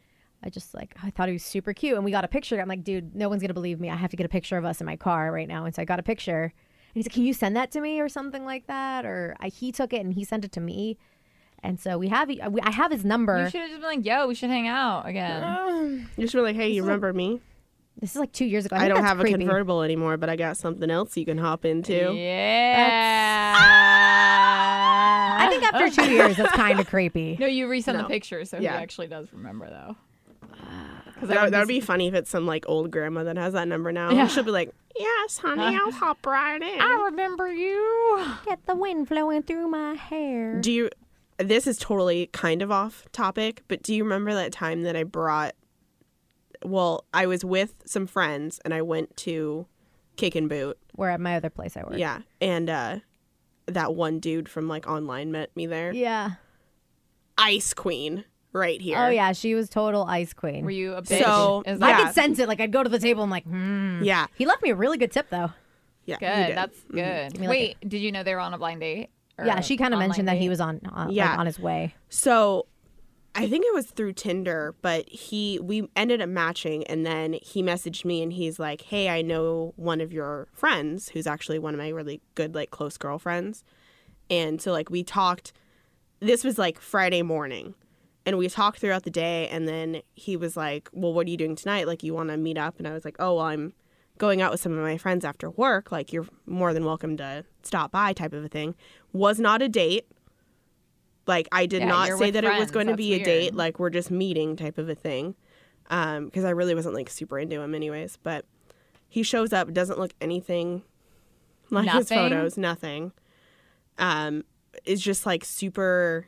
B: I just like I thought he was super cute, and we got a picture. I'm like, dude, no one's gonna believe me. I have to get a picture of us in my car right now, and so I got a picture. And he's like, can you send that to me or something like that? Or I, he took it and he sent it to me, and so we have e- we, I have his
C: You
B: number.
C: should have just been like, "Yo, we should hang out again."
D: You're just really, hey, you remember me?
B: This is like two years ago. I,
D: I
B: think
D: don't
B: that's
D: have a
B: creepy.
D: convertible anymore, but I got something else you can hop into.
C: Yeah.
B: I think after two years, that's kind of creepy.
C: No, you resend the
D: No.
C: picture, so
D: Yeah.
C: he actually does remember though. Because
D: That, that would be funny if it's some like old grandma that has that number now.
C: Yeah.
D: She'll be like, "Yes, honey, I'll hop right in."
C: I remember you.
B: Get the wind blowing through my hair.
D: Do you? This is totally kind of off topic, but do you remember that time that I brought? Well, I was with some friends and I went to Kick and Boot.
B: We're at my other place I work.
D: Yeah, and uh, that one dude from like online met me there.
B: Yeah.
D: Ice Queen, right here.
B: Oh yeah, she was total ice queen.
C: Were you a bitch?
D: So-
C: Is
B: I
C: that
D: Yeah.
B: could sense it. Like I'd go to the table. I'm like, hmm.
D: yeah,
B: He left me a really good tip though.
D: yeah. he
C: good?
D: did.
C: That's good.
B: Mm-hmm. me like
C: Wait, did you know they were on a blind date? Or
B: Yeah, she kind of
C: online
B: mentioned that
C: date?
B: he was on uh, like,
D: Yeah.
B: on his way.
D: So I think it was through Tinder, but he we ended up matching and then he messaged me and he's like, "Hey, I know one of your friends who's actually one of my really good like close girlfriends." And so like we talked this was like Friday morning and we talked throughout the day and then he was like, "Well, what are you doing tonight? Like you want to meet up?" And I was like, "Oh, well, I'm going out with some of my friends after work. Like you're more than welcome to stop by type of a thing." Was not a date. Like I did
C: Yeah,
D: not
C: you're
D: say
C: with
D: that it was
C: friends.
D: going to
C: That's
D: be a
C: weird.
D: date. Like we're just meeting type of a thing. Um, cuz I really wasn't like super into him anyways, but he shows up, doesn't look anything like his
C: Nothing?
D: photos, nothing. Um, is just like super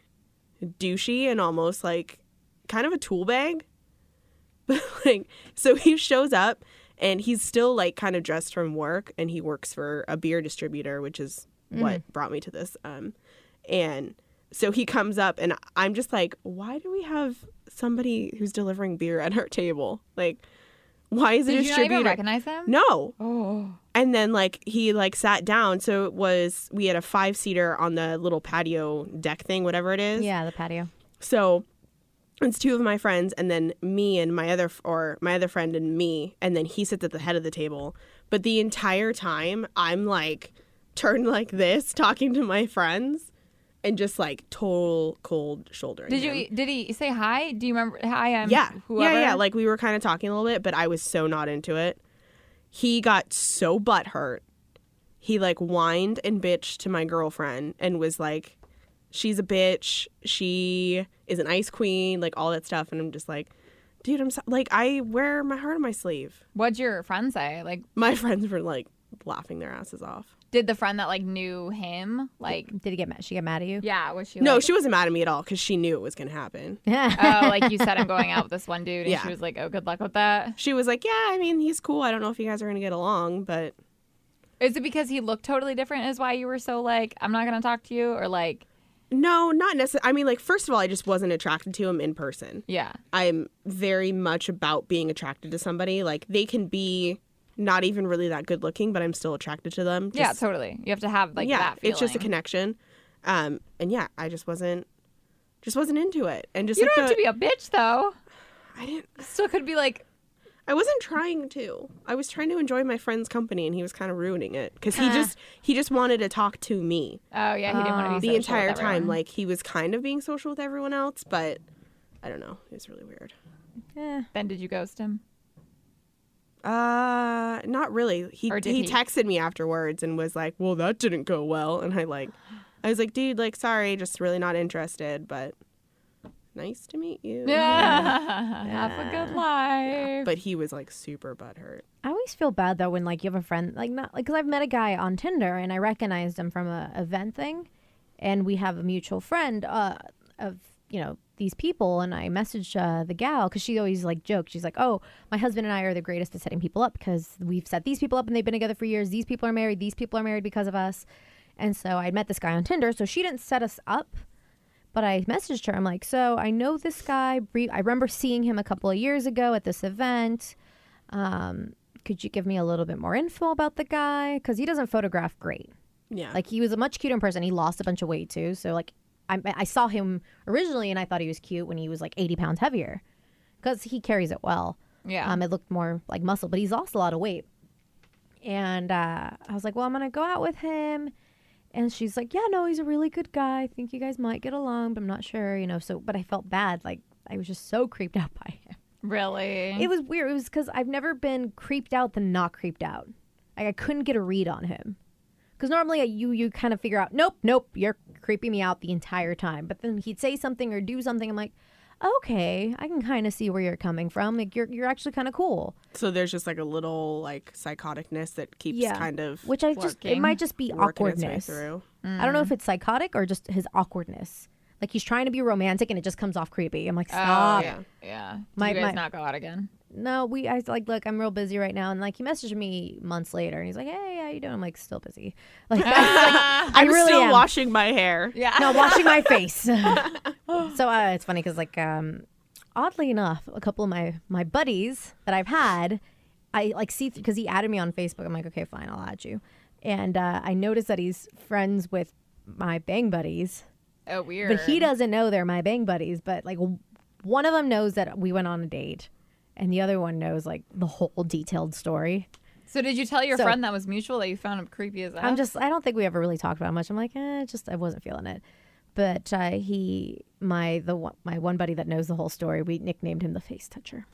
D: douchey and almost like kind of a tool bag. But like, so he shows up and he's still like kind of dressed from work and he works for a beer distributor, which is
C: Mm.
D: what brought me to this. Um, and so he comes up and I'm just like, why do we have somebody who's delivering beer at our table? Like, why is a
C: Did you not
D: distributor?
C: even recognize him?
D: no,
C: Oh.
D: and then like he like sat down so it was we had a five seater on the little patio deck thing whatever it is
B: Yeah, the patio.
D: so it's two of my friends and then me and my other or my other friend and me and then he sits at the head of the table but the entire time i'm like turned like this talking to my friends and just like total cold shouldering
C: Did
D: him.
C: you? e, Did he say hi? Do you remember? Hi, I'm
D: Yeah.
C: whoever.
D: Yeah, yeah. Like we were kind of talking a little bit, but I was so not into it. He got so butthurt. He like whined and bitched to my girlfriend and was like, she's a bitch. She is an ice queen, like all that stuff. And I'm just like, dude, I'm so-. like, I wear my heart on my sleeve.
C: What'd your friend say? Like,
D: My friends were like laughing their asses off.
C: did the friend that like knew him? Like,
B: Did he get mad? She get mad at you?
C: yeah, was she?
D: No,
C: like,
D: she wasn't mad at me at all because she knew it was going to happen.
B: Yeah.
C: oh, like you said, I'm going out with this one dude, and
D: Yeah.
C: she was like, "Oh, good luck with that."
D: She was like, yeah, I mean, he's cool. I don't know if you guys are going to get along, but
C: Is it because he looked totally different? Is why you were so like, "I'm not gonna talk to you," or like,
D: no, not necessarily. I mean, like, first of all, I just wasn't attracted to him in person.
C: yeah,
D: I'm very much about being attracted to somebody. Like they can be not even really that good looking, but I'm still attracted to them.
C: yeah,
D: Just-
C: totally. You have to have like that feeling.
D: it's just a connection. Um, and yeah, I just wasn't, just wasn't into it. And just
C: You
D: like
C: don't have
D: the,
C: to be a bitch though.
D: I didn't,
C: Still could be like,
D: I wasn't trying to. I was trying to enjoy my friend's company, and he was kind of ruining it because he just, he just wanted to talk to me
C: "Oh yeah, he didn't want to be
D: Ah, the
C: social
D: entire
C: with
D: time.
C: everyone.
D: Like he was kind of being social with everyone else, but I don't know. It was really weird.
B: Eh.
C: Then did you ghost him?
D: Uh, not really. He
C: Or did
D: he,
C: he?
D: texted me afterwards and was like, "Well, that didn't go well." And I like, I was like, "Dude, like, sorry, just really not interested." But nice to meet you.
C: Have a good life.
D: But he was like super butthurt.
B: I always feel bad though when like you have a friend like not like because I've met a guy on Tinder and I recognized him from a event thing, and we have a mutual friend uh, of you know these people and I messaged uh, the gal because she always like joked she's like oh my husband and I are the greatest at setting people up because we've set these people up and they've been together for years these people are married these people are married because of us, and so I met this guy on Tinder so she didn't set us up. But I messaged her. I'm like, so I know this guy. Brief. I remember seeing him a couple of years ago at this event. Um, could you give me a little bit more info about the guy? Because he doesn't photograph great.
D: Yeah.
B: Like he was a much cuter in person. He lost a bunch of weight too. So like I, I saw him originally and I thought he was cute when he was like 80 pounds heavier because he carries it well.
C: Yeah.
B: Um, it looked more like muscle, but he's lost a lot of weight. And uh, I was like, well, I'm going to go out with him. And she's like, yeah, no, he's a really good guy. I think you guys might get along, but I'm not sure, you know. So, but I felt bad. Like I was just so creeped out by him.
C: Really?
B: It was weird. It was because I've never been creeped out than not creeped out. Like I couldn't get a read on him. Because normally uh, you you kind of figure out, nope, nope, you're creeping me out the entire time. But then he'd say something or do something. I'm like, okay, I can kind of see where you're coming from. Like you're you're actually kind of cool.
D: So there's just like a little like psychoticness that keeps kind of
B: Which I just it
C: working-
B: might just be
D: working its way
B: awkwardness.
D: through.
B: I don't know
C: Mm.
B: if it's psychotic or just his awkwardness. Like he's trying to be romantic and it just comes off creepy. I'm like,
C: Oh,
B: stop.
C: yeah. Yeah. Do
B: My-
C: you guys
B: my-
C: not go out again?
B: no, we, I was like, look, I'm real busy right now. And like, he messaged me months later and he's like, hey, how you doing? I'm like, still busy. Like, I
D: I'm
B: really
D: still
B: am.
D: washing my hair.
C: Yeah.
B: no, washing my face. so uh, it's funny because like, um, oddly enough, a couple of my, my buddies that I've had, I like see, because he added me on Facebook. I'm like, okay, fine, I'll add you. And uh, I noticed that he's friends with my bang buddies.
C: Oh, weird.
B: But he doesn't know they're my bang buddies. But like w- one of them knows that we went on a date, and the other one knows like the whole detailed story.
C: So did you tell your
B: So-
C: friend that was mutual that you found him creepy as F?
B: I'm just I don't think we ever really talked about it much. I'm like, eh, just I wasn't feeling it. But uh, he, my the one, my one buddy that knows the whole story, we nicknamed him the face toucher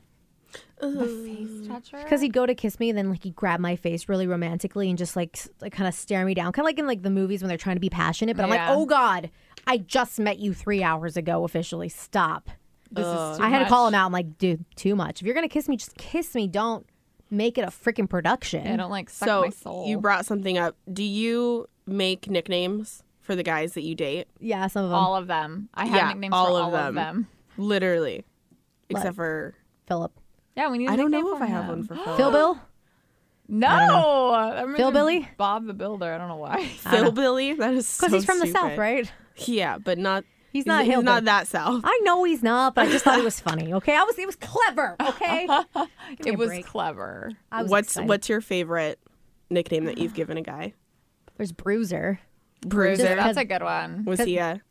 C: face toucher.
B: because he'd go to kiss me, and then like he'd grab my face really romantically and just like, s- like kind of stare me down, kind of like in like the movies when they're trying to be passionate. But I'm
C: Yeah.
B: like, oh god, I just met you three hours ago officially. Stop.
C: This is too
B: I had to call
C: much.
B: him out. I'm like, dude, too much. If you're gonna kiss me, just kiss me. Don't make it a freaking production.
C: I don't like suck my
D: So
C: soul.
D: you brought something up. Do you make nicknames for the guys that you date?
B: yeah, some of them.
C: all of them. I have
D: Yeah,
C: nicknames
D: all
C: for
D: of
C: all
D: them.
C: of them.
D: Literally, except for
B: Philip,
C: Yeah, we need. a
D: I don't
C: nickname
D: know if
C: for
D: I have
C: him.
D: one for Phil.
B: Phil, Bill.
C: No, I remember
B: Phil Billy?
C: Bob the Builder. I don't know why.
D: Phil Billy. That is
B: Because
D: because
B: he's from the south, right?
D: Yeah, but not.
B: He's not
D: He's
B: hillbilly.
D: not that south.
B: I know he's not, but I just thought it was funny. Okay, I was. It was clever. Okay, me
C: it
B: a
C: was
B: break.
C: clever.
B: I was
D: What's
B: excited.
D: What's your favorite nickname that you've given a guy?
B: There's Bruiser.
D: Bruiser.
B: Just-
C: That's a good one.
D: was he a?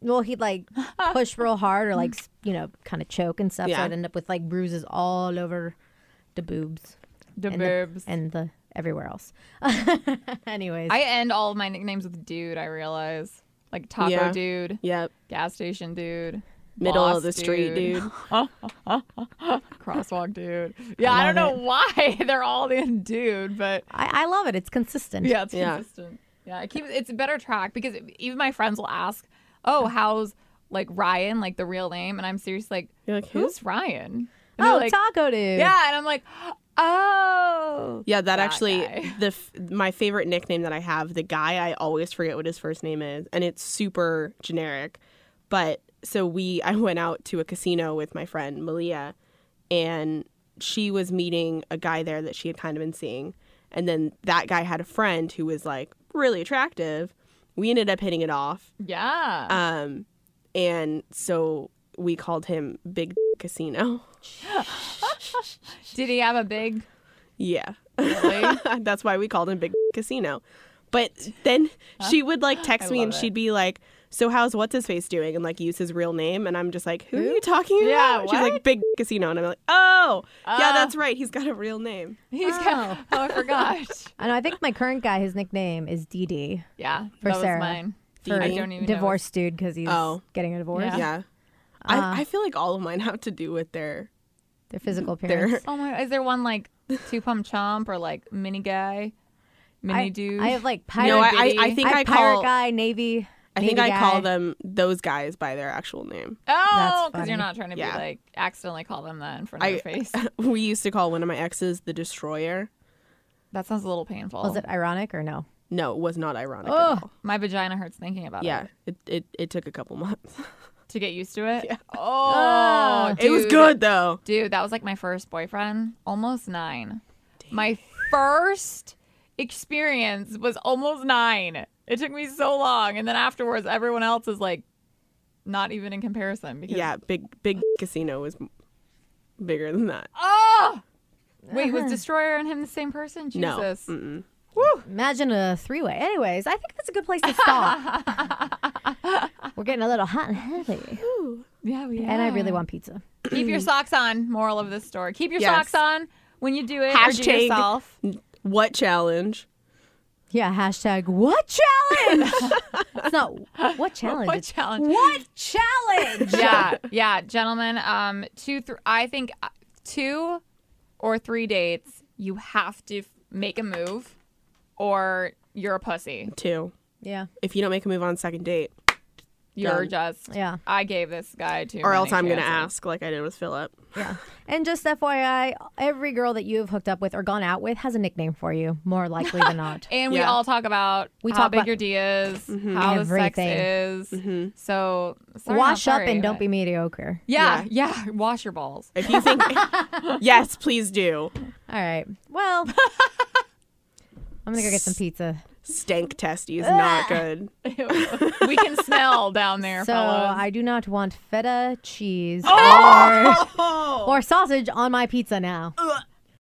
B: Well, he'd like push real hard or like s- you know kind of choke and stuff. So
D: Yeah.
B: I'd end up with like bruises all over the boobs
C: The
B: and
C: boobs.
B: the, and the everywhere else. Anyways,
C: I end all of my nicknames with dude. I realize, like taco
D: Yeah.
C: dude,
D: Yep.
C: gas station dude,
D: Middle
C: boss
D: of the street, dude.
C: crosswalk dude. Yeah, I, don't know why they're all in dude, but
B: I, I love it. It's consistent.
C: yeah, it's
D: Yeah.
C: consistent. Yeah, it keeps it's a better track because even my friends will ask, "Oh, how's like Ryan, like the real name?" And I'm seriously like,
D: You're like, who?
C: "Who's Ryan?" And they're
B: Oh,
C: like,
B: Taco Dude.
C: Yeah, and I'm like, "Oh."
D: Yeah, that, actually
C: guy.
D: the f- my favorite nickname that I have. The guy I always forget what his first name is, and it's super generic. But so we, I went out to a casino with my friend Malia, and she was meeting a guy there that she had kind of been seeing, and then that guy had a friend who was like really attractive. We ended up hitting it off,
C: Yeah.
D: um, and so we called him Big Casino.
C: Did he have a big
D: Yeah.
C: really?
D: That's why we called him Big Casino. But then she would like text me
C: love
D: and
C: it.
D: she'd be like, "So how's what's his face doing?" and like use his real name, and I'm just like, "Who, are you talking about?"
C: Yeah,
D: She's like,
C: what?
D: "Big Casino," and I'm like, "Oh, yeah,
C: Ah.
D: that's right. He's got a real name."
C: He's kind of, oh, I forgot.
B: And I think my current guy, his nickname is DD
C: Yeah,
B: for
C: that was
B: Sarah.
C: mine.
B: For
C: I don't even know.
B: divorce dude because he's
D: Oh.
B: getting a divorce.
C: Yeah.
D: Yeah, I, I feel like all of mine have to do with their
B: Their physical appearance.
D: their.
C: Oh my! Is there one like two pump chomp or like mini guy, mini
B: I,
C: dude?
B: I have like pirate.
D: No, I, I,
C: Diddy.
D: I think
B: I
D: I,
B: have pirate
D: call
B: guy, navy.
D: I think
B: Maybe
D: I call
B: guy.
D: them those guys by their actual name.
C: Oh,
B: That's
C: because you're
B: funny.
C: not trying to
D: Yeah.
C: be like accidentally call them that in front of
D: I
C: your face.
D: we used to call one of my exes the Destroyer.
C: That sounds a little painful.
B: Was it ironic or no?
D: No, it was not ironic. at
C: Oh,
D: all.
C: my vagina hurts thinking about
D: yeah.
C: it.
D: It, it it took a couple months.
C: To get used to it.
B: Ah.
C: Oh,
D: It was
C: dude.
D: good though.
C: Dude, that was like my first boyfriend, almost nine. My first experience was almost nine. It took me so long. And then afterwards, everyone else is like not even in comparison. Because,
D: Yeah, big big casino was m- bigger than that.
C: Oh! Wait,
B: Uh-huh.
C: was Destroyer and him the same person?
D: No.
C: Jesus.
B: Imagine a three way. Anyways, I think that's a good place to stop. We're getting a little hot and heavy.
C: Yeah, we
B: And I really want pizza.
C: Keep your socks on, moral of this story. Keep your
D: Yes.
C: socks on when you do it or do
D: Hashtag-
C: yourself.
D: What challenge?
B: Yeah, hashtag what challenge? it's not what challenge.
C: What
B: it's
C: challenge?
B: What challenge?
C: yeah, yeah, gentlemen. Um, two, th- I think uh, two or three dates. You have to f- make a move, or you're a pussy.
D: Two.
B: Yeah.
D: If you don't make a move on second date,
C: You're
D: Done.
C: just.
B: Yeah.
C: I gave this guy too.
D: or
C: many
D: else I'm gonna
C: chances.
D: ask like I did with Philip.
B: Yeah. And just FYI, every girl that you have hooked up with or gone out with has a nickname for you, more likely than not.
C: And we
D: Yeah.
C: all talk about
B: We
C: we
B: talk
C: talk big
B: about- Mm-hmm.
C: your D is, how
B: Everything. Mm-hmm.
C: the sex is. So sorry, not
B: Wash up
C: sorry,
B: and don't
C: but-
B: be mediocre.
C: Yeah, yeah, Wash your balls.
D: If you think Yes, please do.
B: All right. Well, I'm going to go get some pizza.
D: Stank testy is not good.
C: we can smell down there,
B: So
C: fellas.
B: I do not want feta cheese or, or sausage on my pizza now.